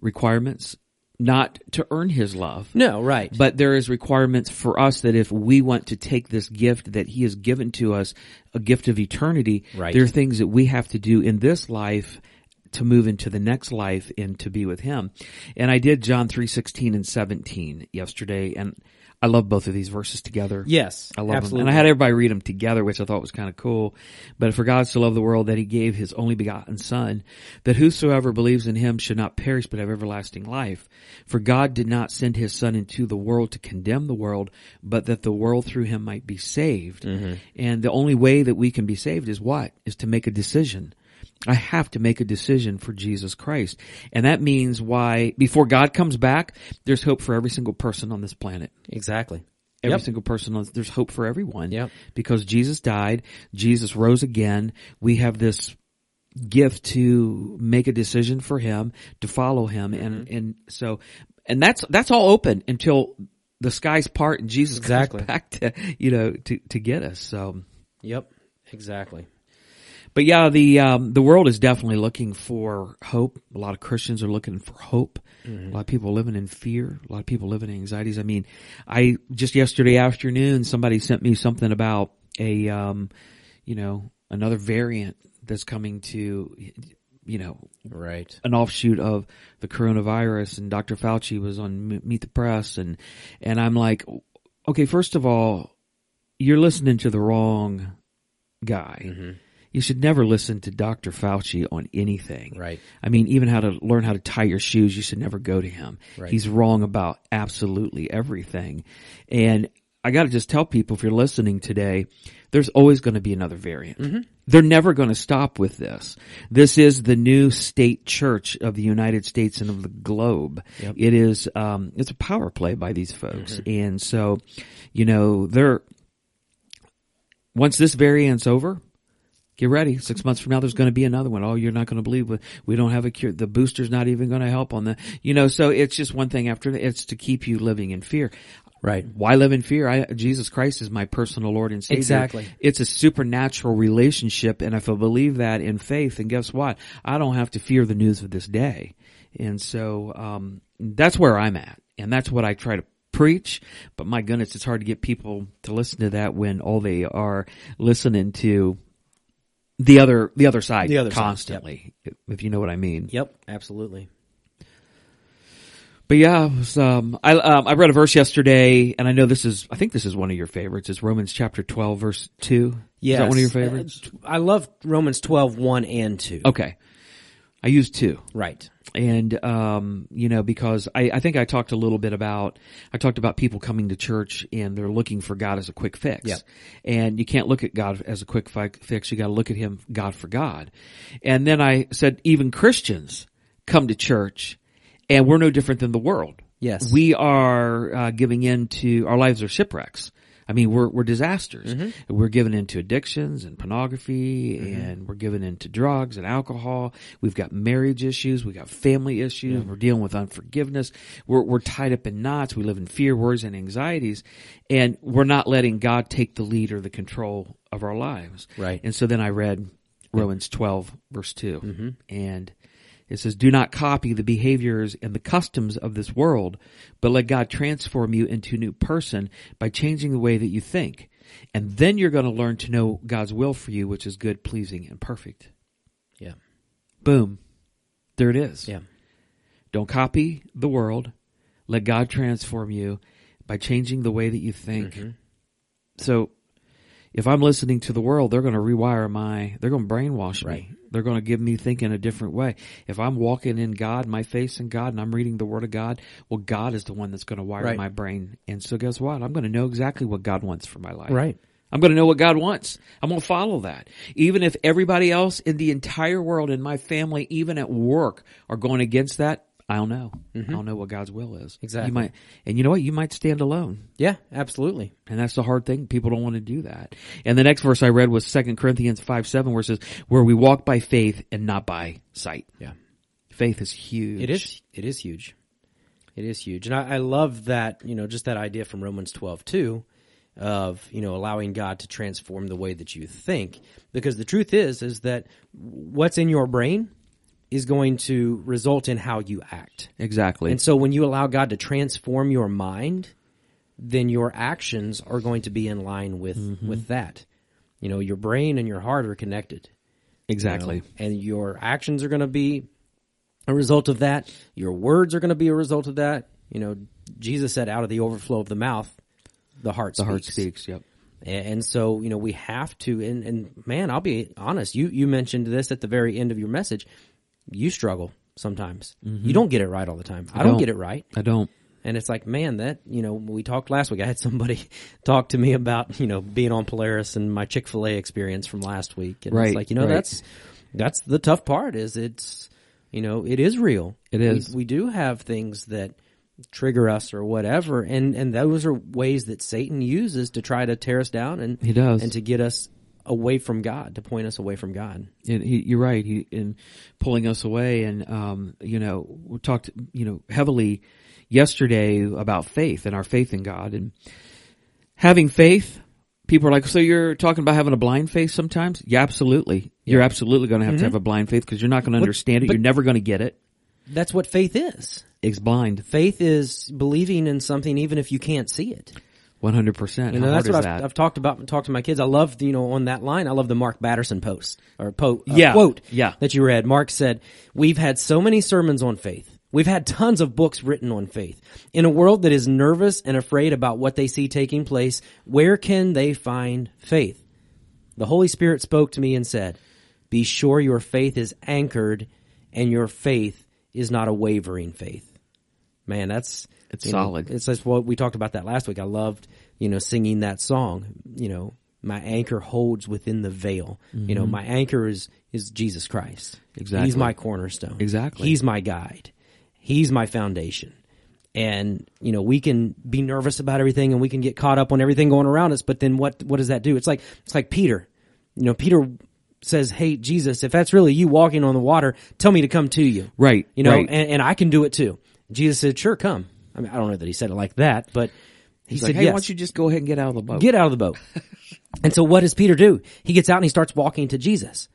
requirements not to earn His love.
No, right.
But there is requirements for us that if we want to take this gift that he has given to us, a gift of eternity,
Right.
there are things that we have to do in this life to move into the next life and to be with him. And I did John 3:16 and 17 yesterday and I love both of these verses together.
yes.
I love
absolutely.
them. And I had everybody read them together, which I thought was kind of cool. But for God so loved the world that he gave his only begotten son, that whosoever believes in him should not perish but have everlasting life. For God did not send his son into the world to condemn the world, but that the world through him might be saved. And the only way that we can be saved is what? Is to make a decision. I have to make a decision for Jesus Christ. And that means why before God comes back, there's hope for every single person on this planet
exactly.
every
Yep.
single person on there's hope for everyone
Yep.
because jesus died jesus rose again we have this gift to make a decision for him to follow him
Mm-hmm.
and and so and that's that's all open until the skies part and jesus
Exactly.
comes back to you know to to get us so
Yep. Exactly.
but yeah, the um, the world is definitely looking for hope. A lot of Christians are looking for hope. A lot of people living in fear. A lot of people living in anxieties. I mean, I just yesterday afternoon somebody sent me something about a um, you know another variant that's coming to you know
Right.
an offshoot of the coronavirus and Dr. Fauci was on M- Meet the Press and, and I'm like, okay, first of all, you're listening to the wrong guy. you should never listen to Dr. Fauci on anything.
Right.
I mean, even how to learn how to tie your shoes, you should never go to him.
Right.
He's wrong about absolutely everything. And I got to just tell people if you're listening today, there's always going to be another variant. They're never going to stop with this. This is the new state church of the United States and of the globe. It is, um, it's a power play by these folks. And so, you know, they're, once this variant's over, get ready. Six months from now, there's going to be another one. Oh, you're not going to believe it. We don't have a cure. The booster's not even going to help on the, you know, so it's just one thing after the, it's to keep you living in fear.
Right.
Why live in fear? I, Jesus Christ is my personal Lord and Savior.
Exactly.
It's a supernatural relationship. And if I believe that in faith, then guess what? I don't have to fear the news of this day. And so, um, that's where I'm at. And that's what I try to preach. But my goodness, it's hard to get people to listen to that when all they are listening to the other, the other side
The other side, yep.
constantly, if you know what I mean.
Yep. Absolutely.
But yeah, it was, um, I um, I read a verse yesterday, and I know this is I think this is one of your favorites. It's Romans chapter twelve, verse two.
Yeah.
is that one of your favorites?
Uh,
Oh.
I love Romans 12, 1 and 2.
Okay, I used two,
Right.
and um, you know because I I think I talked a little bit about I talked about people coming to church and they're looking for God as a quick fix,
Yeah.
and you can't look at God as a quick fi- fix. You got to look at Him, God for God, and then I said even Christians come to church, and we're no different than the world.
Yes.
we are uh, giving in to our lives are shipwrecks. I mean, we're we're disasters. We're given into addictions and pornography, and we're given into drugs and alcohol. We've got marriage issues. We've got family issues. We're dealing with unforgiveness. We're we're tied up in knots. We live in fear, worries, and anxieties, and we're not letting God take the lead or the control of our lives.
Right.
And so then I read Romans 12 verse 2 and it says, do not copy the behaviors and the customs of this world, but let God transform you into a new person by changing the way that you think. And then you're going to learn to know God's will for you, which is good, pleasing, and perfect.
Yeah.
Boom. There it is.
Yeah.
Don't copy the world. Let God transform you by changing the way that you think.
Mm-hmm.
So if I'm listening to the world, they're going to rewire my, they're going to brainwash
Right.
me. They're going to give me thinking a different way. If I'm walking in God, my face in God, and I'm reading the Word of God, well, God is the one that's going to wire
Right.
my brain. And so guess what? I'm going to know exactly what God wants for my life.
Right.
I'm going to know what God wants. I'm going to follow that. Even if everybody else in the entire world, in my family, even at work, are going against that, I'll know. I'll know what God's will is.
Mm-hmm. Exactly.
You might, and you know what? You might stand alone.
Yeah. Absolutely.
And that's the hard thing. People don't want to do that. And the next verse I read was 2 Corinthians 5 7, where it says, where we walk by faith and not by sight.
Yeah.
Faith is huge.
It is. It is huge. It is huge, and I, I love that. You know, just that idea from Romans twelve too, of you know allowing God to transform the way that you think, because the truth is, is that what's in your brain is going to result in how you act.
Exactly.
And so when you allow God to transform your mind, then your actions are going to be in line with
Mm-hmm.
with that. You know, your brain and your heart are connected.
exactly.
And your actions are going to be a result of that. Your words are going to be a result of that. You know, Jesus said, out of the overflow of the mouth, the heart
the
speaks.
heart speaks. Yep.
A- And so, you know, we have to, and, and man, I'll be honest, you, you mentioned this at the very end of your message. You struggle sometimes. You don't get it right all the time. I,
Mm-hmm.
don't,
don't.
get it right.
I don't.
And it's like, man, that, you know, we talked last week. I had somebody talk to me about, you know, being on Polaris and my Chick-fil-A experience from last week. And
Right,
it's like, you know,
right.
that's, that's the tough part is it's, you know, it is real.
It is.
We, we do have things that trigger us or whatever. And, and those are ways that Satan uses to try to tear us down and,
He does.
and to get us away from God, to point us away from God.
And he, you're right. He in pulling us away, and um, you know, we talked, you know, heavily yesterday about faith and our faith in God and having faith. People are like, so you're talking about having a blind faith sometimes? Yeah, Mm-hmm. absolutely. You're absolutely going to have to have a blind faith because you're not going to understand it. You're never going to get it.
That's what faith is.
It's blind,
Faith is believing in something even if you can't see it.
one hundred percent. How
You know,
hard
that's
is
what I've,
that?
I've talked about, talked to my kids. I love, you know, on that line, I love the Mark Batterson post or po- uh,
Yeah,
quote
yeah.
that you read. Mark said, we've had so many sermons on faith. We've had tons of books written on faith. In a world that is nervous and afraid about what they see taking place, where can they find faith? The Holy Spirit spoke to me and said, Be sure your faith is anchored and your faith is not a wavering faith. Man, that's
It's
you know,
solid.
it's just what we talked about that last week. I loved, you know, singing that song. You know, my anchor holds within the veil. You know, my anchor is is Jesus Christ.
Mm-hmm. Exactly.
He's my cornerstone.
Exactly.
He's my guide. He's my foundation. And you know, we can be nervous about everything and we can get caught up on everything going around us, but then what what does that do? It's like it's like Peter. You know, Peter says, "Hey Jesus, if that's really you walking on the water, tell me to come to you."
Right,
You know,
right.
and, and I can do it too. Jesus said, "Sure, come." I mean, I don't know that he said it like that, but he
He's
said,
like, hey,
yes.
why don't you just go ahead and get out of the boat?
Get out of the boat. and so what does Peter do? He gets out and he starts walking to Jesus.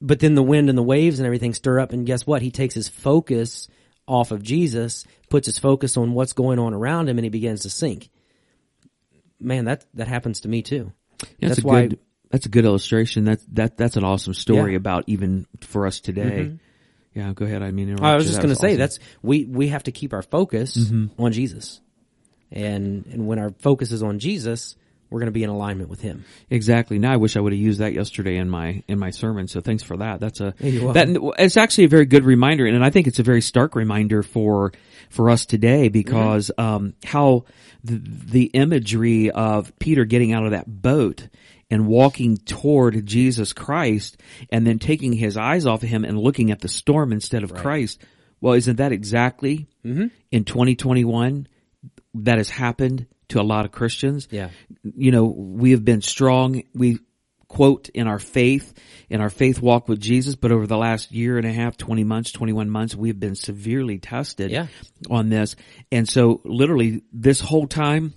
But then the wind and the waves and everything stir up and guess what? He takes his focus off of Jesus, puts his focus on what's going on around him and he begins to sink. Man, that that happens to me too.
Yeah,
that's
a
why
good, that's a good illustration. That's that that's an awesome story
Yeah. Mm-hmm.
about even for us today. Yeah, go ahead. I mean, interrupt
I was
you.
just
That
going to Mm-hmm. say
awesome.
that's we we have to keep our focus on Jesus. And and when our focus is on Jesus, we're going to be in alignment with him.
exactly. Now I wish I would have used that yesterday in my in my sermon. So thanks for that. That's a
you're
that it's actually a very good reminder, and I think it's a very stark reminder for for us today because um, how the, the imagery of Peter getting out of that boat and walking toward Jesus Christ, and then taking his eyes off of him and looking at the storm instead of Christ. Well, isn't that exactly in 2021 that has happened to a lot of Christians?
Yeah.
you know, we have been strong. We quote in our faith, in our faith walk with Jesus, but over the last year and a half, 20 months, 21 months, we have been severely tested
Yeah.
on this. And so literally this whole time,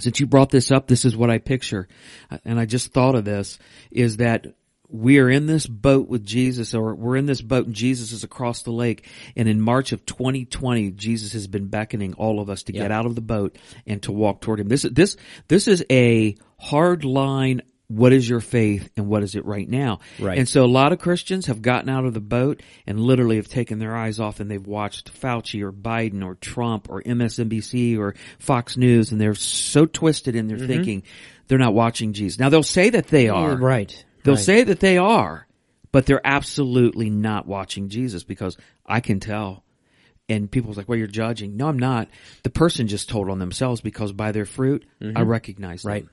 since you brought this up, this is what I picture. Uh, And I just thought of this is that we are in this boat with Jesus or we're in this boat and Jesus is across the lake. And in March of 2020, Jesus has been beckoning all of us to get out of the boat and to walk toward him. This, this, this is a hard line. What is your faith and what is it right now?
Right.
And so a lot of Christians have gotten out of the boat and literally have taken their eyes off and they've watched Fauci or Biden or Trump or MSNBC or Fox News and they're so twisted in their thinking they're not watching Jesus. Now they'll say that they are.
Right.
They'll
Right.
say that they are, but they're absolutely not watching Jesus because I can tell. And people's like, well, you're judging. No, I'm not. The person just told on themselves because by their fruit, I recognize them.
Mm-hmm. Right.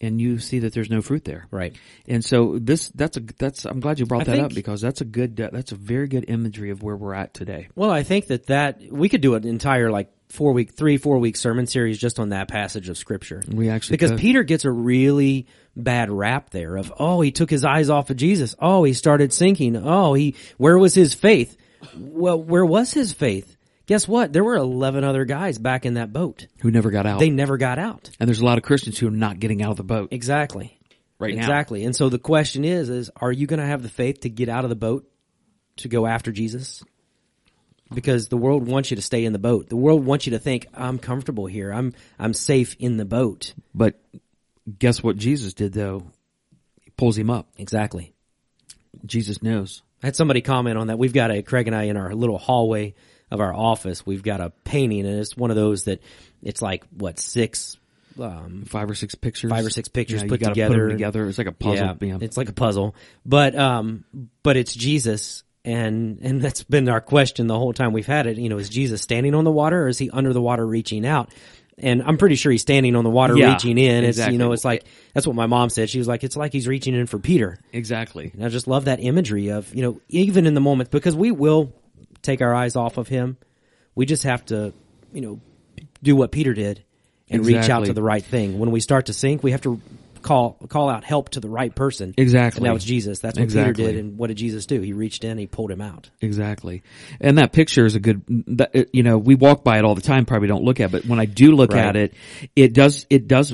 And you see that there's no fruit there.
Right.
And so this, that's a, that's, I'm glad you brought
I
that up
think-
because that's a good, that's a very good imagery of where we're at today.
Well, I think that that we could do an entire like four week, three, four week sermon series just on that passage of scripture.
We actually
because
could.
Peter gets a really bad rap there of, oh, he took his eyes off of Jesus. Oh, he started sinking. Oh, he, where was his faith? Well, where was his faith? Guess what? There were 11 other guys back in that boat.
Who never got out.
They never got out.
and there's a lot of Christians who are not getting out of the boat.
Exactly.
Right now.
Exactly. And so the question is, is are you going to have the faith to get out of the boat to go after Jesus? Because the world wants you to stay in the boat. The world wants you to think, I'm comfortable here. I'm, I'm safe in the boat.
But guess what Jesus did though? He pulls him up.
Exactly.
Jesus knows.
I had somebody comment on that. We've got a Craig and I in our little hallway of our office. We've got a painting and it's one of those that it's like what six, um,
five or six pictures.
Five or six pictures
yeah,
put
you gotta Put
together.
them together. It's like a puzzle. Yeah,
It's like a puzzle. But um but it's Jesus and and that's been our question the whole time we've had it, you know, is Jesus standing on the water or is he under the water reaching out? And I'm pretty sure he's standing on the water
Yeah,
reaching in. It's
exactly.
you know, it's like that's what my mom said. She was like it's like he's reaching in for Peter.
exactly.
And I just love that imagery of, you know, even in the moment, because we will take our eyes off of him. We just have to, you know, do what Peter did and reach out
Exactly.
to the right thing. When we start to sink, we have to call call out help to the right person.
Exactly.
And that was Jesus. That's what
Exactly.
Peter did. And what did Jesus do? He reached in, he pulled him out.
Exactly. And that picture is a good, that- it- you know, we walk by it all the time, probably don't look at it, but when I do look
Right.
at it, it does, it does,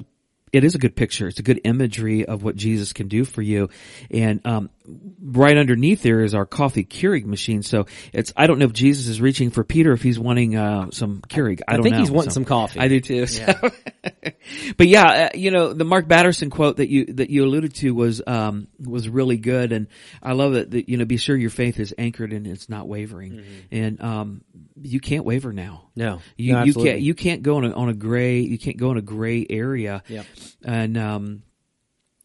it is a good picture. It's a good imagery of what Jesus can do for you. And, um, right underneath there is our coffee Keurig machine. So it's, I don't know if Jesus is reaching for Peter, if he's wanting, uh, some Keurig. I, don't
think
know.
he's wanting some coffee.
I do too. so. but yeah, uh, you know, the Mark Batterson quote that you, that you alluded to was, um, was really good. And I love it that, you know, be sure your faith is anchored and it's not wavering. And, um, you can't waver now.
Mm-hmm. No.
You,
No,
you
absolutely.
can't, you can't go on a, on a gray, you can't go in a gray area.
Yep.
And, um,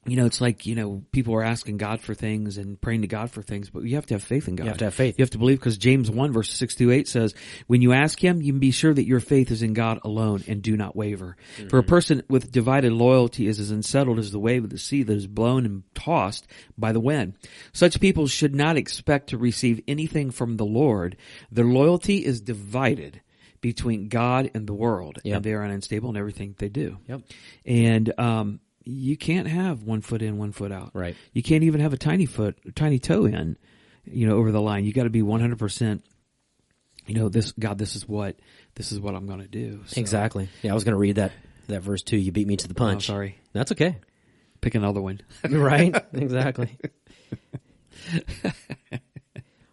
you know, it's like, you know, people are asking God for things and praying to God for things, but you have to have faith in God. You
have to have faith.
You have to believe because James 1 verse 6 through 8 says, when you ask him, you can be sure that your faith is in God alone and do not waver. For
Mm-hmm.
a person with divided loyalty is as unsettled as the wave of the sea that is blown and tossed by the wind. Such people should not expect to receive anything from the Lord. Their loyalty is divided between God and the world,
Yep.
and they are unstable in everything they do.
Yep.
And um, you can't have one foot in, one foot out.
Right.
You can't even have a tiny foot, tiny toe in, you know, over the line. You got to be one hundred percent. You know, this God, this is what this is what I'm going to do. So,
Exactly. Yeah, I was going to read that that verse too. You beat me to the punch.
Oh, sorry.
That's okay.
Pick another one.
right? Exactly.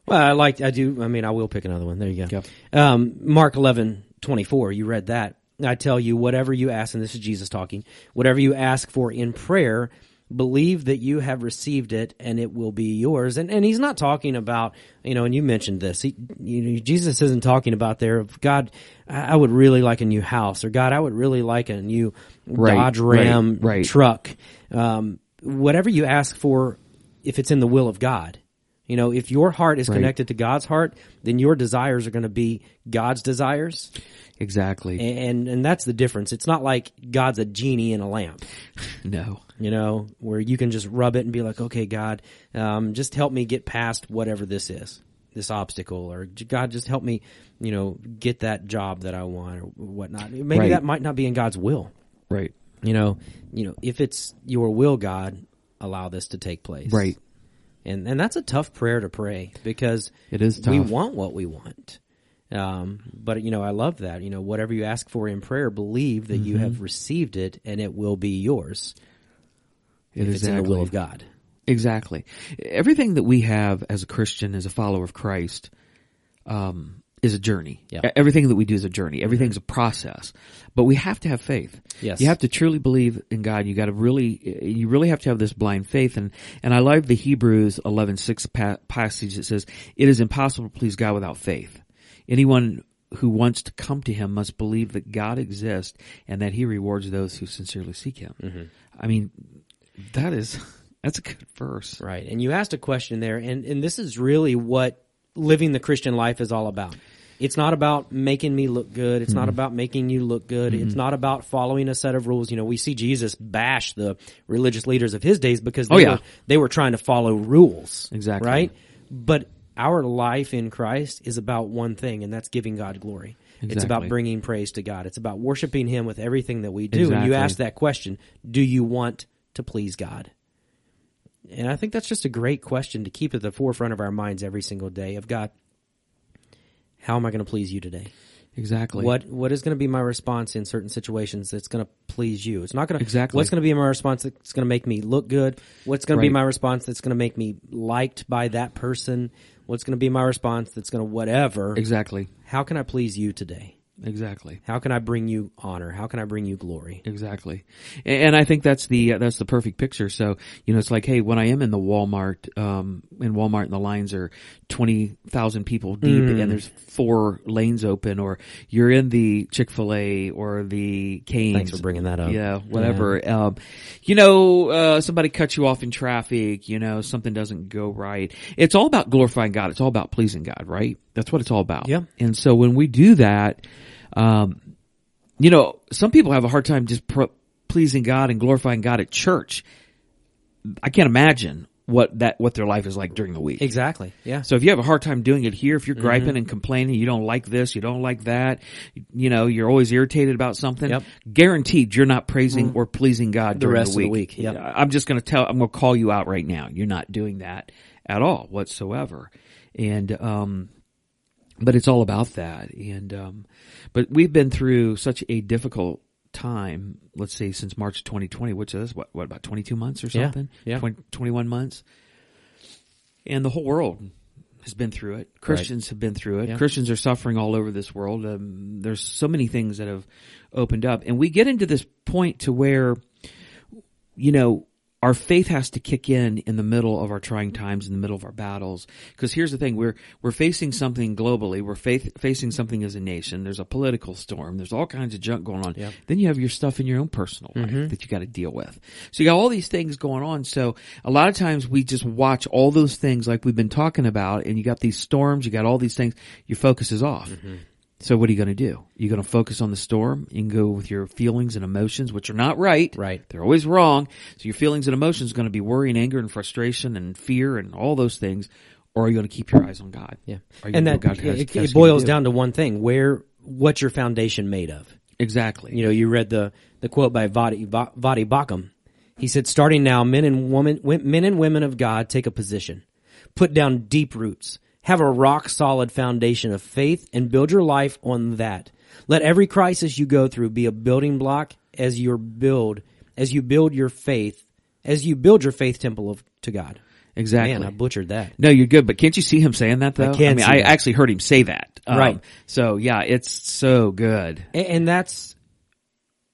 well, I like I do. I mean, I will pick another one. There you go.
Yep.
Um, Mark eleven twenty four. You read that. I tell you, whatever you ask, and this is Jesus talking. Whatever you ask for in prayer, believe that you have received it, and it will be yours. And and he's not talking about you know. And you mentioned this. He, you know, Jesus isn't talking about there. of, God, I I would really like a new house, or God, I would really like a new
Right,
Dodge
right,
Ram
right.
truck. Um, whatever you ask for, if it's in the will of God, you know, if your heart is connected to God's heart, then your desires are going to be God's desires,
Exactly.
and and that's the difference. It's not like God's a genie in a lamp,
no.
you know, where you can just rub it and be like, okay, God, um, just help me get past whatever this is, this obstacle, or God, just help me, you know, get that job that I want or whatnot. Maybe
Right.
that might not be in God's will
Right.
you know, you know, if it's your will, God, allow this to take place.
Right.
And and that's a tough prayer to pray because
It is
we
tough.
want what we want. Um, but you know, I love that. You know, whatever you ask for in prayer, believe that
Mm-hmm.
you have received it and it will be yours
It
if
is
it's in the will of God.
Exactly. Everything that we have as a Christian, as a follower of Christ, um, is a journey.
Yeah.
E- Everything that we do is a journey. Everything's a process, but we have to have faith.
Yes.
You have to truly believe in God. You got to really, you really have to have this blind faith. And, and I love the Hebrews 11, 6 pa- passage that says, it is impossible to please God without faith. Anyone who wants to come to him must believe that God exists and that he rewards those who sincerely seek him.
Mm-hmm.
I mean, that is, that's a good verse.
Right. And you asked a question there, and, and this is really what living the Christian life is all about. It's not about making me look good. It's not
Mm-hmm.
about making you look good. It's not about following a set of rules. You know, we see Jesus bash the religious leaders of his days because they,
Oh, yeah.
were, they were trying to follow rules.
Exactly.
Right? But our life in Christ is about one thing, and that's giving God glory. It's about
Exactly.
bringing praise to God. It's about worshiping Him with everything that we do. And you
Exactly.
asked that question Do you want to please God? And I think that's just a great question to keep at the forefront of our minds every single day of God, how am I going to please you today?
Exactly.
What what is going to be my response in certain situations that's going to please you? It's not going to
Exactly.
What's going to be my response that's going to make me look good? What's going to be
Right.
my response that's going to make me liked by that person? What's going to be my response that's going to whatever?
Exactly.
How can I please you today?
Exactly.
How can I bring you honor? How can I bring you glory?
Exactly. A- And I think that's the, uh, that's the perfect picture. So, you know, it's like, hey, when I am in the Walmart, um, in Walmart and the lines are 20,000 people deep
Mm.
and there's four lanes open or you're in the Chick-fil-A or the Canes.
Thanks for bringing that up.
Yeah, whatever. Um, you know, uh, somebody cuts you off in traffic, you know, something doesn't go right. It's all about glorifying God. It's all about pleasing God, right? That's what it's all about.
Yeah.
And so when we do that, um, you know, some people have a hard time just pro- pleasing God and glorifying God at church. I can't imagine what that, what their life is like during the week.
Exactly. Yeah.
So if you have a hard time doing it here, if
Mm-hmm.
you're griping and complaining, you don't like this, you don't like that, you know, you're always irritated about something,
Yep.
guaranteed you're not praising or pleasing God during
rest of the week, yep.
Yeah, I'm just going to tell, I'm going to call you out right now. You're not doing that at all whatsoever. And, um, but it's all about that. And, um, but we've been through such a difficult time, let's say since March 2020, which is what, what about 22 months or
Yeah,
something?
yeah.
20 21 months and the whole world has been through it. Christians have been through it.
Yeah.
Christians are suffering all over this world. Um, there's so many things that have opened up, and we get into this point to where, you know, our faith has to kick in in the middle of our trying times, in the middle of our battles. Because here's the thing: we're we're facing something globally. We're faith, facing something as a nation. There's a political storm. There's all kinds of junk going on. Then you have your stuff in your own personal life that you got to deal with. So you got all these things going on. So a lot of times we just watch all those things, like we've been talking about, and you got these storms. You got all these things. Your focus is off. So what are you going to do? You're going to focus on the storm. You can go with your feelings and emotions, which are not right.
Right.
They're always wrong. So your feelings and emotions are going to be worry and anger and frustration and fear and all those things. Or are you going to keep your eyes on God?
Yeah,
Are you
and
gonna
that
do what God has-
it,
has you
it
to
boils
do?
down to one thing: where what's your foundation made of?
Exactly.
You know, you read the the quote by Vadi Va- Vadi Bakum. He said, "Starting now, men and women, wi- men and women of God, take a position, put down deep roots, have a rock solid foundation of faith, and build your life on that. Let every crisis you go through be a building block as your build as you build your faith as you build your faith temple of to God."
Exactly.
Man, I butchered that.
No, you're good, but can't you see him saying that though?
can
mean,
see
I
that.
actually heard him say that. Um,
Right.
So yeah, it's so good.
A- and that's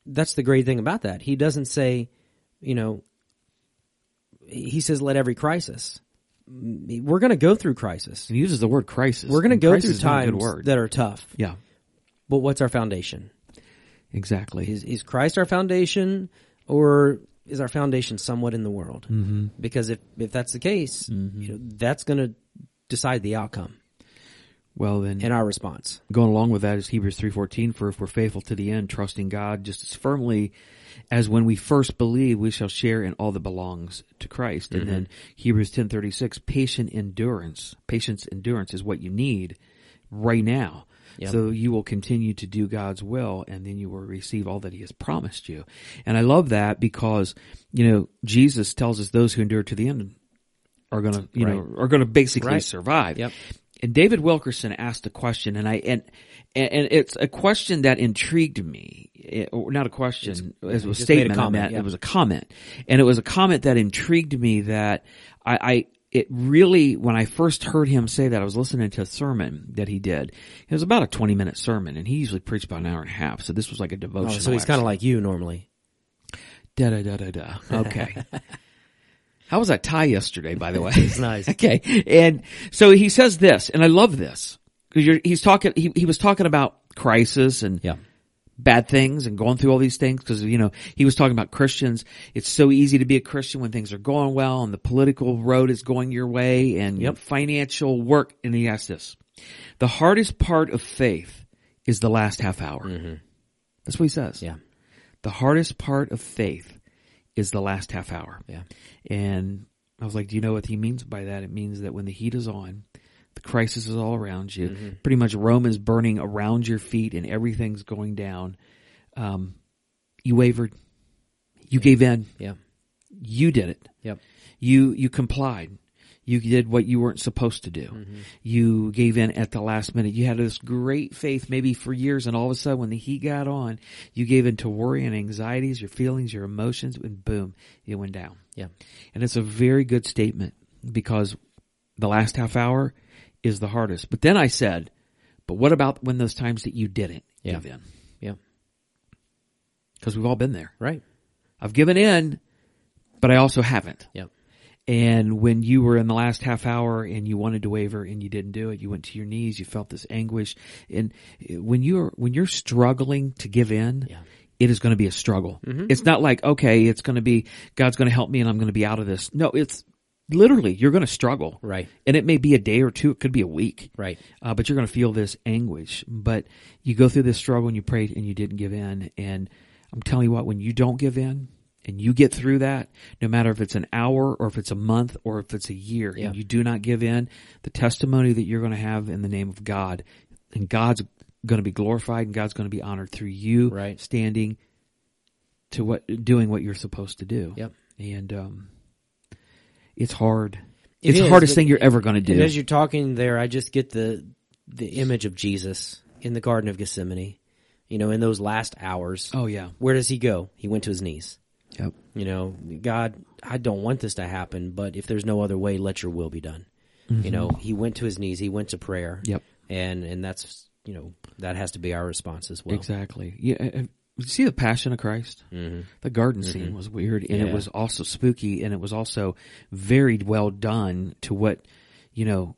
that's the great thing about that. He doesn't say, you know, he says, "Let every crisis." We're going to go through crisis.
He uses the word crisis.
We're going to
and
go
crisis
through
is not a
times
good word.
that are tough.
yeah.
But what's our foundation?
Exactly.
Is is Christ our foundation, or is our foundation somewhat in the world? Mm-hmm. Because if if that's the case,
Mm-hmm.
you know, that's going to decide the outcome
well then.
and our response.
going along with that is Hebrews 3:14 for if we're faithful to the end trusting God just as firmly as when we first believe we shall share in all that belongs to Christ and then Hebrews 10:36 patient endurance patience endurance is what you need right now so you will continue to do God's will and then you will receive all that he has promised you and I love that because you know Jesus tells us those who endure to the end are going to you know are going to basically
Right.
survive
Yep.
and David Wilkerson asked a question, and I and and and it's a question that intrigued me. It- or not a question, it was a
just made a
statement. I
comment,
meant.
yeah.
It was a comment, and it was a comment that intrigued me. That I, I it really when I first heard him say that I was listening to a sermon that he did. It was about a twenty minute sermon, and he usually preached about an hour and a half. So this was like a
Oh,
devotion.
so he's kind of like you normally.
da da da da da. Okay. How was that tie yesterday, by the way? It's
nice.
okay. And so he says this, and I love this because he's talking, he, he was talking about crisis and
Yeah.
bad things and going through all these things because, you know, he was talking about Christians. It's so easy to be a Christian when things are going well and the political road is going your way and financial work. And he asked this, the hardest part of faith is the last half hour. That's what he says.
Yeah.
The hardest part of faith is the last half hour.
Yeah.
And I was like, do you know what he means by that? It means that when the heat is on, the crisis is all around you.
Mm-hmm.
Pretty much Rome is burning around your feet and everything's going down. Um, you wavered. You gave in.
Yeah.
You did it.
Yep.
You, you complied. You did what you weren't supposed to do. You gave in at the last minute. You had this great faith maybe for years and all of a sudden when the heat got on, you gave in to worry and anxieties, your feelings, your emotions, and boom, it went down.
Yeah.
And it's a very good statement because the last half hour is the hardest. But then I said, but what about when those times that you didn't
Yeah.
give in?
Yeah.
Because we've all been there.
Right.
I've given in, but I also haven't.
Yep.
And when you were in the last half hour and you wanted to waver and you didn't do it, you went to your knees, you felt this anguish. And when you're, when you're struggling to give in,
Yeah. Mm-hmm.
it is going to be a struggle. It's not like, okay, it's going to be, God's going to help me and I'm going to be out of this. No, it's literally, you're going to struggle.
Right.
And it may be a day or two. It could be a week.
Right.
Uh, but you're going to feel this anguish. But you go through this struggle and you prayed and you didn't give in. And I'm telling you what, when you don't give in and you get through that, no matter if it's an hour or if it's a month or if it's a year,
Yeah.
and you do not give in, the testimony that you're going to have in the name of God and God's going to be glorified and God's going to be honored through you
Right.
standing to what doing what you're supposed to do.
Yep.
And um, it's hard.
It
it's the
is,
hardest
but-
thing you're ever going to do.
And as you're talking there, I just get the the image of Jesus in the Garden of Gethsemane. You know, in those last hours.
oh yeah.
Where does he go? He went to his knees.
Yep.
You know, God, I don't want this to happen, but if there's no other way, let your will be done. You know, he went to his knees, he went to prayer.
Mm-hmm. Yep.
And and that's you know, that has to be our response as well.
Exactly. Yeah. uh, Did you see the Passion of Christ? Mm-hmm. The garden scene was weird, and
Yeah.
it was also spooky, and it was also very well done to what you know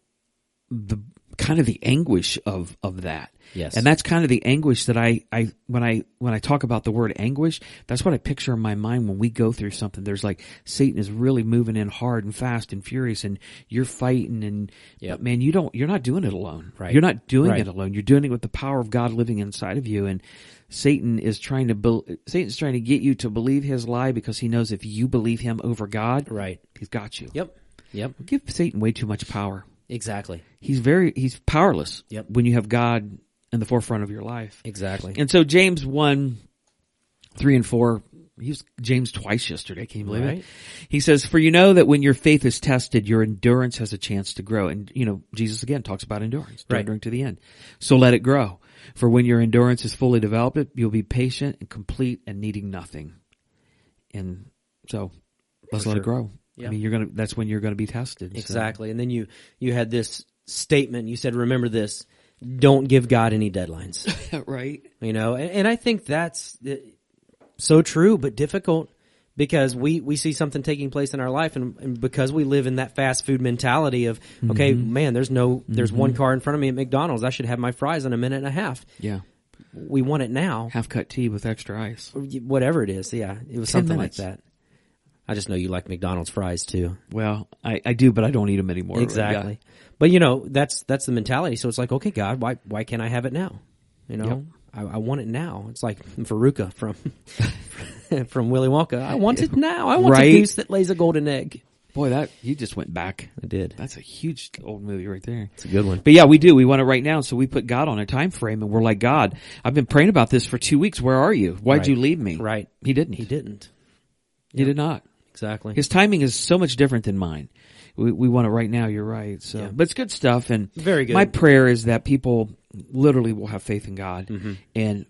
the kind of the anguish of of that.
Yes.
and that's kind of the anguish that I I when I when I talk about the word anguish, that's what I picture in my mind when we go through something. There's like Satan is really moving in hard and fast and furious, and you're fighting, and
Yep.
but man, you don't you're not doing it alone.
Right.
You're not doing
Right.
it alone. You're doing it with the power of God living inside of you, and Satan is trying to bel Satan's trying to get you to believe his lie because he knows if you believe him over God,
Right.
he's got you.
Yep. Yep.
Give Satan way too much power.
Exactly.
He's very he's powerless
Yep.
when you have God in the forefront of your life.
Exactly.
And so James one, three and four. He was James twice yesterday. Can you believe
Right.
it? He says, "For you know that when your faith is tested, your endurance has a chance to grow." And you know Jesus again talks about endurance,
Right.
endurance to the end. So let it grow. For when your endurance is fully developed, you'll be patient and complete and needing nothing. And so, let's let
sure.
it grow.
Yeah.
I mean, you're gonna. That's when you're gonna be tested. so.
Exactly. And then you you had this statement. You said, "Remember this: don't give God any deadlines."
right.
you know, and, and I think that's uh, so true, but difficult because we we see something taking place in our life, and, and because we live in that fast food mentality of, okay,
Mm-hmm.
man, there's no there's one car in front of me at McDonald's. I should have my fries in a minute and a half.
Yeah.
We want it now,
Half cut tea with extra ice.
whatever it is. Yeah, it was
Ten
something
minutes.
like that. I just know you like McDonald's fries too.
Well, I, I do, but I don't eat them anymore.
Exactly.
Yeah.
But you know, that's that's the mentality. So it's like, okay, God, why why can't I have it now? You know,
Yep.
I, I want it now. It's like Veruca from from Willy Wonka. I want it now. I want
Right.
a goose that lays a golden egg.
Boy, that you just went back.
I did.
That's a huge old movie right there.
That's a good one.
But yeah, we do. We want it right now, so we put God on a time frame, and we're like, God, I've been praying about this for two weeks. Where are you? Why'd
Right.
you leave me?
Right.
He didn't.
He didn't
He did not.
exactly.
His timing is so much different than mine. We, we want it right now. You're right. So, but it's good stuff. And
Very good.
My prayer is that people literally will have faith in God,
Mm-hmm.
and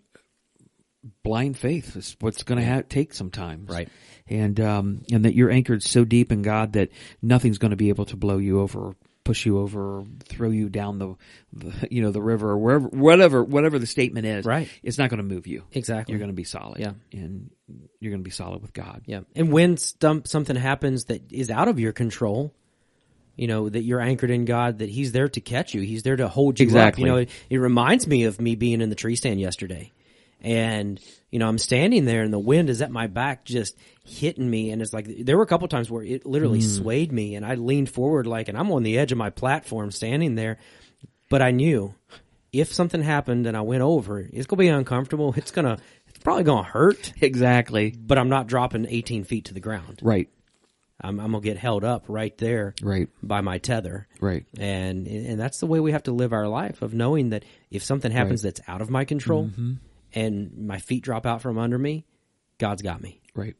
blind faith is what's going to ha- take sometimes.
Right.
And um, and that you're anchored so deep in God that nothing's going to be able to blow you over, or push you over, or throw you down the, the you know the river or wherever whatever whatever the statement is.
Right.
It's not going to move you.
Exactly.
You're going to be solid.
Yeah.
And you're going to be solid with God.
yeah. And when stump, something happens that is out of your control, you know, that you're anchored in God, that He's there to catch you. He's there to hold you
Exactly.
up. You know, it, it reminds me of me being in the tree stand yesterday. And, you know, I'm standing there and the wind is at my back just hitting me. And it's like, there were a couple times where it literally swayed me and I leaned forward like, and I'm on the edge of my platform standing there. But I knew if something happened and I went over, it's going to be uncomfortable. It's going to, it's probably going to hurt,
Exactly.
but I'm not dropping 18 feet to the ground.
Right.
I'm, I'm going to get held up right there
Right.
by my tether.
Right.
And and that's the way we have to live our life of knowing that if something happens that's out of my control
Mm-hmm.
and my feet drop out from under me, God's got me.
Right.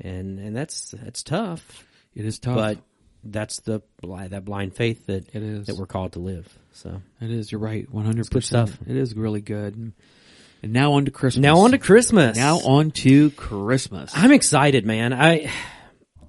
And and that's that's tough,
It is tough.
but that's the bli- that blind faith that
It is.
that we're called to live. So
it is. You're right. One hundred
good
percent.
stuff.
It is really good. And now on to Christmas.
now on to Christmas.
now on to Christmas.
I'm excited, man. I,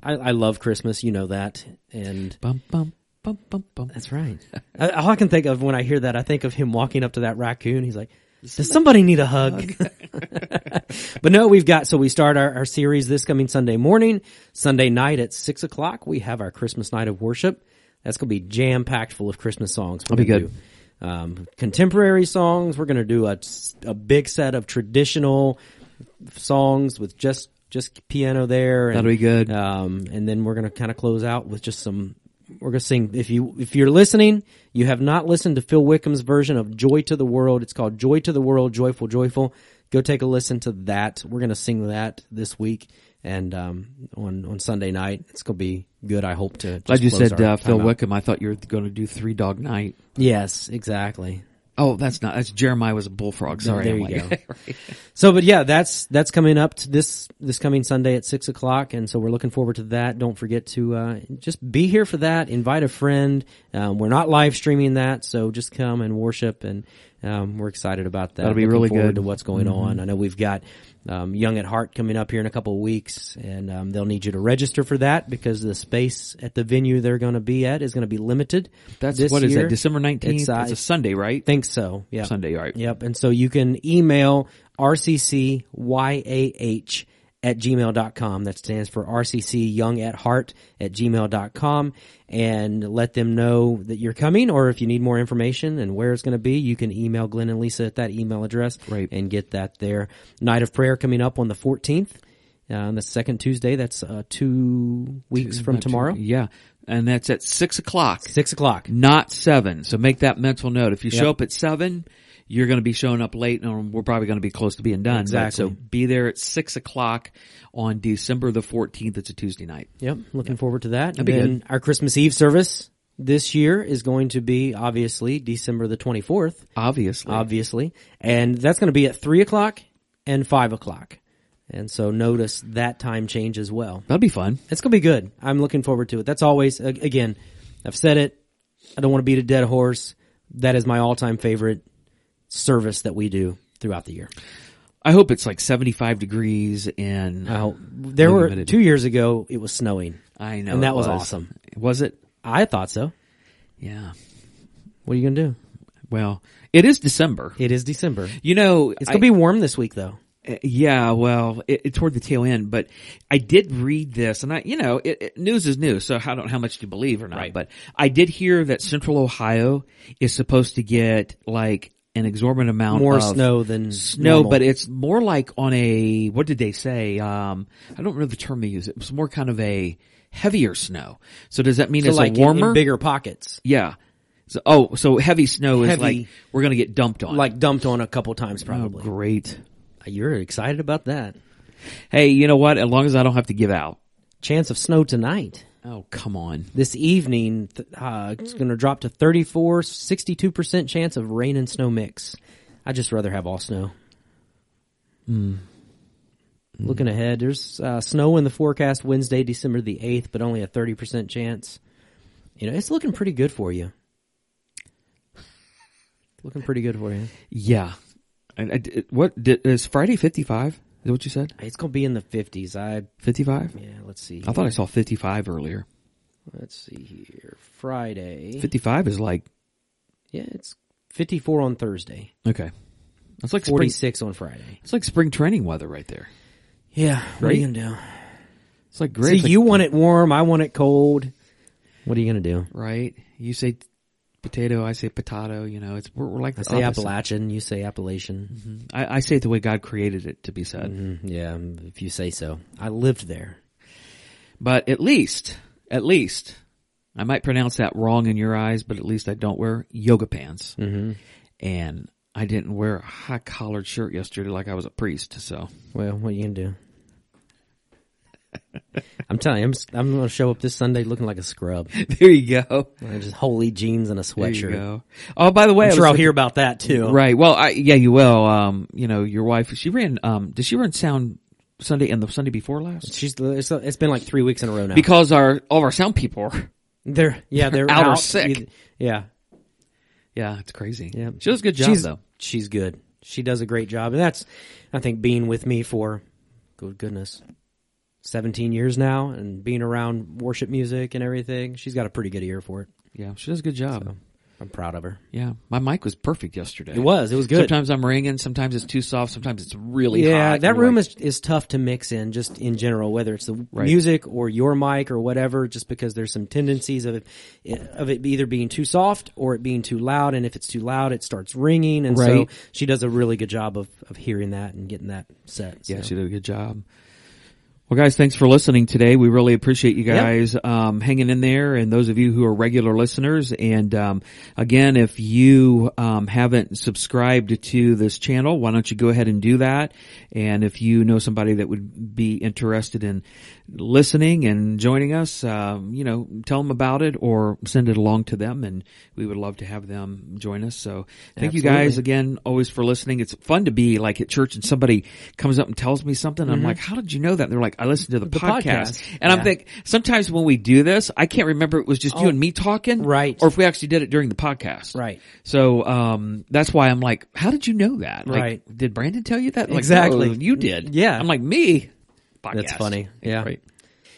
I I love Christmas, you know that. And
Bum bum bum bum bum.
That's right. I, all I can think of when I hear that, I think of him walking up to that raccoon. He's like, "Does somebody need a hug?" but no, we've got so we start our, our series this coming Sunday morning, Sunday night at six o'clock. We have our Christmas night of worship. That's going to be jam packed full of Christmas songs. We're
That'll be
gonna
good.
do, um, contemporary songs. We're going to do a, a big set of traditional songs with just just piano there. and-
That'll be good.
um, and then we're gonna kind of close out with just some. We're gonna sing. If you if you're listening, you have not listened to Phil Wickham's version of "Joy to the World." It's called "Joy to the World," joyful, joyful. Go take a listen to that. We're gonna sing that this week and um, on on Sunday night. It's gonna be good. I hope to.
Glad
just
you
close
said
our
uh, Phil
time out.
Wickham. I thought you were going to do Three Dog Night.
Yes, exactly.
Oh, that's not. That's Jeremiah was a bullfrog. Sorry.
there
I'm
you
like-
go. So, but yeah, that's that's coming up to this this coming Sunday at six o'clock, and so we're looking forward to that. Don't forget to uh, just be here for that. Invite a friend. Um, we're not live streaming that, so just come and worship, and um, we're excited about that.
That'll be
Looking
really
forward
good. Mm-hmm.
to what's going on. I know we've got um, Young at Heart coming up here in a couple of weeks, and um, they'll need you to register for that because the space at the venue they're going to be at is going to be limited.
That's
this
what is
year.
that? December nineteenth. It's,
It's, uh,
a Sunday, right?
Think so. Yeah.
Sunday, all right.
Yep. And so you can email rccyah at gmail.com. That stands for RCC Young at Heart at gmail.com. And let them know that you're coming, or if you need more information and where it's going to be, you can email Glenn and Lisa at that email address
Right.
and get that there. Night of Prayer coming up on the 14th. Uh, the second Tuesday, that's uh, two weeks from tomorrow.
Yeah. And that's at six o'clock,
Six o'clock.
not seven. So make that mental note. If you show up at seven, you're going to be showing up late and we're probably going to be close to being done. But- So
Exactly.
be there at six o'clock on December the 14th. It's a Tuesday night.
Yep, looking forward to that. And
be
then our Christmas Eve service this year is going to be obviously December the twenty fourth,
Obviously.
obviously, and that's going to be at three o'clock and five o'clock, and so notice that time change as well.
That'd be fun.
It's going to be good. I'm looking forward to it. That's always a- again, I've said it. I don't want to beat a dead horse. That is my all time favorite service that we do throughout the year.
I hope it's like 75 degrees and
Now, there were
Limited.
two years ago it was snowing.
I know.
and that
it
was awesome.
Was it?
I thought so.
Yeah.
What are you going to do?
Well, it is December.
It is December.
You know,
It's gonna be warm this week though.
Uh, Yeah, well, it, it toward the tail end, but I did read this, and I, you know, it, it- news is news, so I don't know how much to believe or not. But I did hear that Central Ohio is supposed to get like an exorbitant amount
More
of
snow than
snow,
normal.
but it's more like on a what did they say? Um, I don't know the term they use. It was more kind of a heavier snow. So does that mean
So
it's
like
a
in- in
warmer?
bigger pockets,
yeah. So, oh, so heavy snow is
Heavy.
like we're gonna get dumped on.
like dumped on a couple times
oh,
probably.
great.
You're excited about that
Hey, you know what? As long as I don't have to give out.
chance of snow tonight.
Oh, come on.
This evening, th- uh, it's going to drop to 34, 62% chance of rain and snow mix. I'd just rather have all snow. Looking ahead, there's uh, snow in the forecast Wednesday, December the 8th, but only a 30% chance. You know, it's looking pretty good for you. Looking pretty good for you.
Yeah. And I d what did, is Friday 55? Is that what you said?
It's going to be in the 50s. I
55?
yeah, let's see.
I thought I saw 55 earlier.
Let's see here. Friday.
55 is like,
Yeah, it's 54 on Thursday,
okay. That's like spring,
46 on Friday.
it's like spring training weather right there.
Yeah, what are you
Right?
gonna do?
It's like great. It's
See,
like-
you want it warm, I want it cold. What are you gonna do?
right? You say potato, I say potato, you know, it's, we're, we're like
I
the
say
opposite.
Appalachian, you say Appalachian.
I, I say it the way God created it to be said.
Mm, Yeah, mm, if you say so. I lived there.
But at least, at least, I might pronounce that wrong in your eyes, but at least I don't wear yoga pants. Mm-hmm. And I didn't wear a high collared shirt yesterday like I was a priest, so.
Well, what are you gonna do? I'm telling you, I'm s- I'm gonna show up this Sunday looking like a scrub.
There you go.
I'm just holy jeans and a
There you
sweatshirt.
go. Oh, by the way, I
I'm
was
sure I'll
looking-
hear about that too.
Right. Well, I, yeah, you will. Um, you know, your wife, she ran, um, did she run sound Sunday and the Sunday before last?
She's it's, it's been like three weeks in a row now.
Because our, all of our sound people are,
they're yeah they're
out
out,
or sick.
You- Yeah,
yeah, it's crazy.
Yeah.
She does a good job
she's,
though.
She's good. She does a great job. And that's, I think, being with me for, good goodness, 17 years now and being around worship music and everything. She's got a pretty good ear for it.
Yeah, she does a good job.
I'm proud of her.
Yeah. My mic was perfect yesterday.
It was. It was good.
Sometimes I'm ringing. Sometimes it's too soft. Sometimes it's really
yeah,
hot.
that room is, is tough to mix in just in general, whether it's the music or your mic or whatever, just because there's some tendencies of it, of it either being too soft or it being too loud. And if it's too loud, it starts ringing. And so
Right.
she does a really good job of, of hearing that and getting that set.
yeah,
so.
she did a good job. Well, guys, thanks for listening today. We really appreciate you guys um, hanging in there, and those of you who are regular listeners. And um, again, if you um, haven't subscribed to this channel, why don't you go ahead and do that? And if you know somebody that would be interested in listening and joining us, um, you know, tell them about it or send it along to them, and we would love to have them join us. So, thank you guys
Absolutely.
again always for listening. It's fun to be like at church and somebody comes up and tells me something. I'm like, how did you know that? And they're like, I listened to the, podcast.
Mm-hmm. podcast.
And I'm
Yeah. Oh.
think sometimes when we do this, I can't remember it was just you and me talking.
Right.
Or if we actually did it during the podcast.
Right.
So, um, that's why I'm like, how did you know that? Like,
Right.
Did Brandon tell you that? Like,
Exactly.
"No, you did.
Yeah.
I'm like, me? Podcast.
That's funny. Yeah.
Right.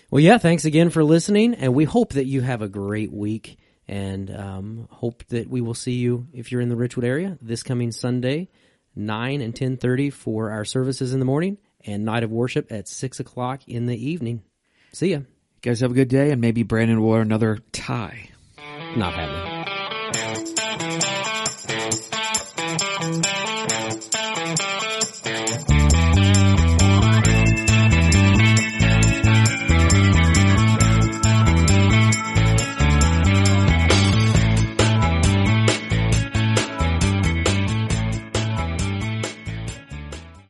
Well, yeah, thanks again for listening, and we hope that you have a great week, and um, hope that we will see you if you're in the Richwood area this coming Sunday nine and ten thirty for our services in the morning, and night of worship at six o'clock in the evening. See ya.
You guys have a good day, and maybe Brandon will wear another tie.
Not happening.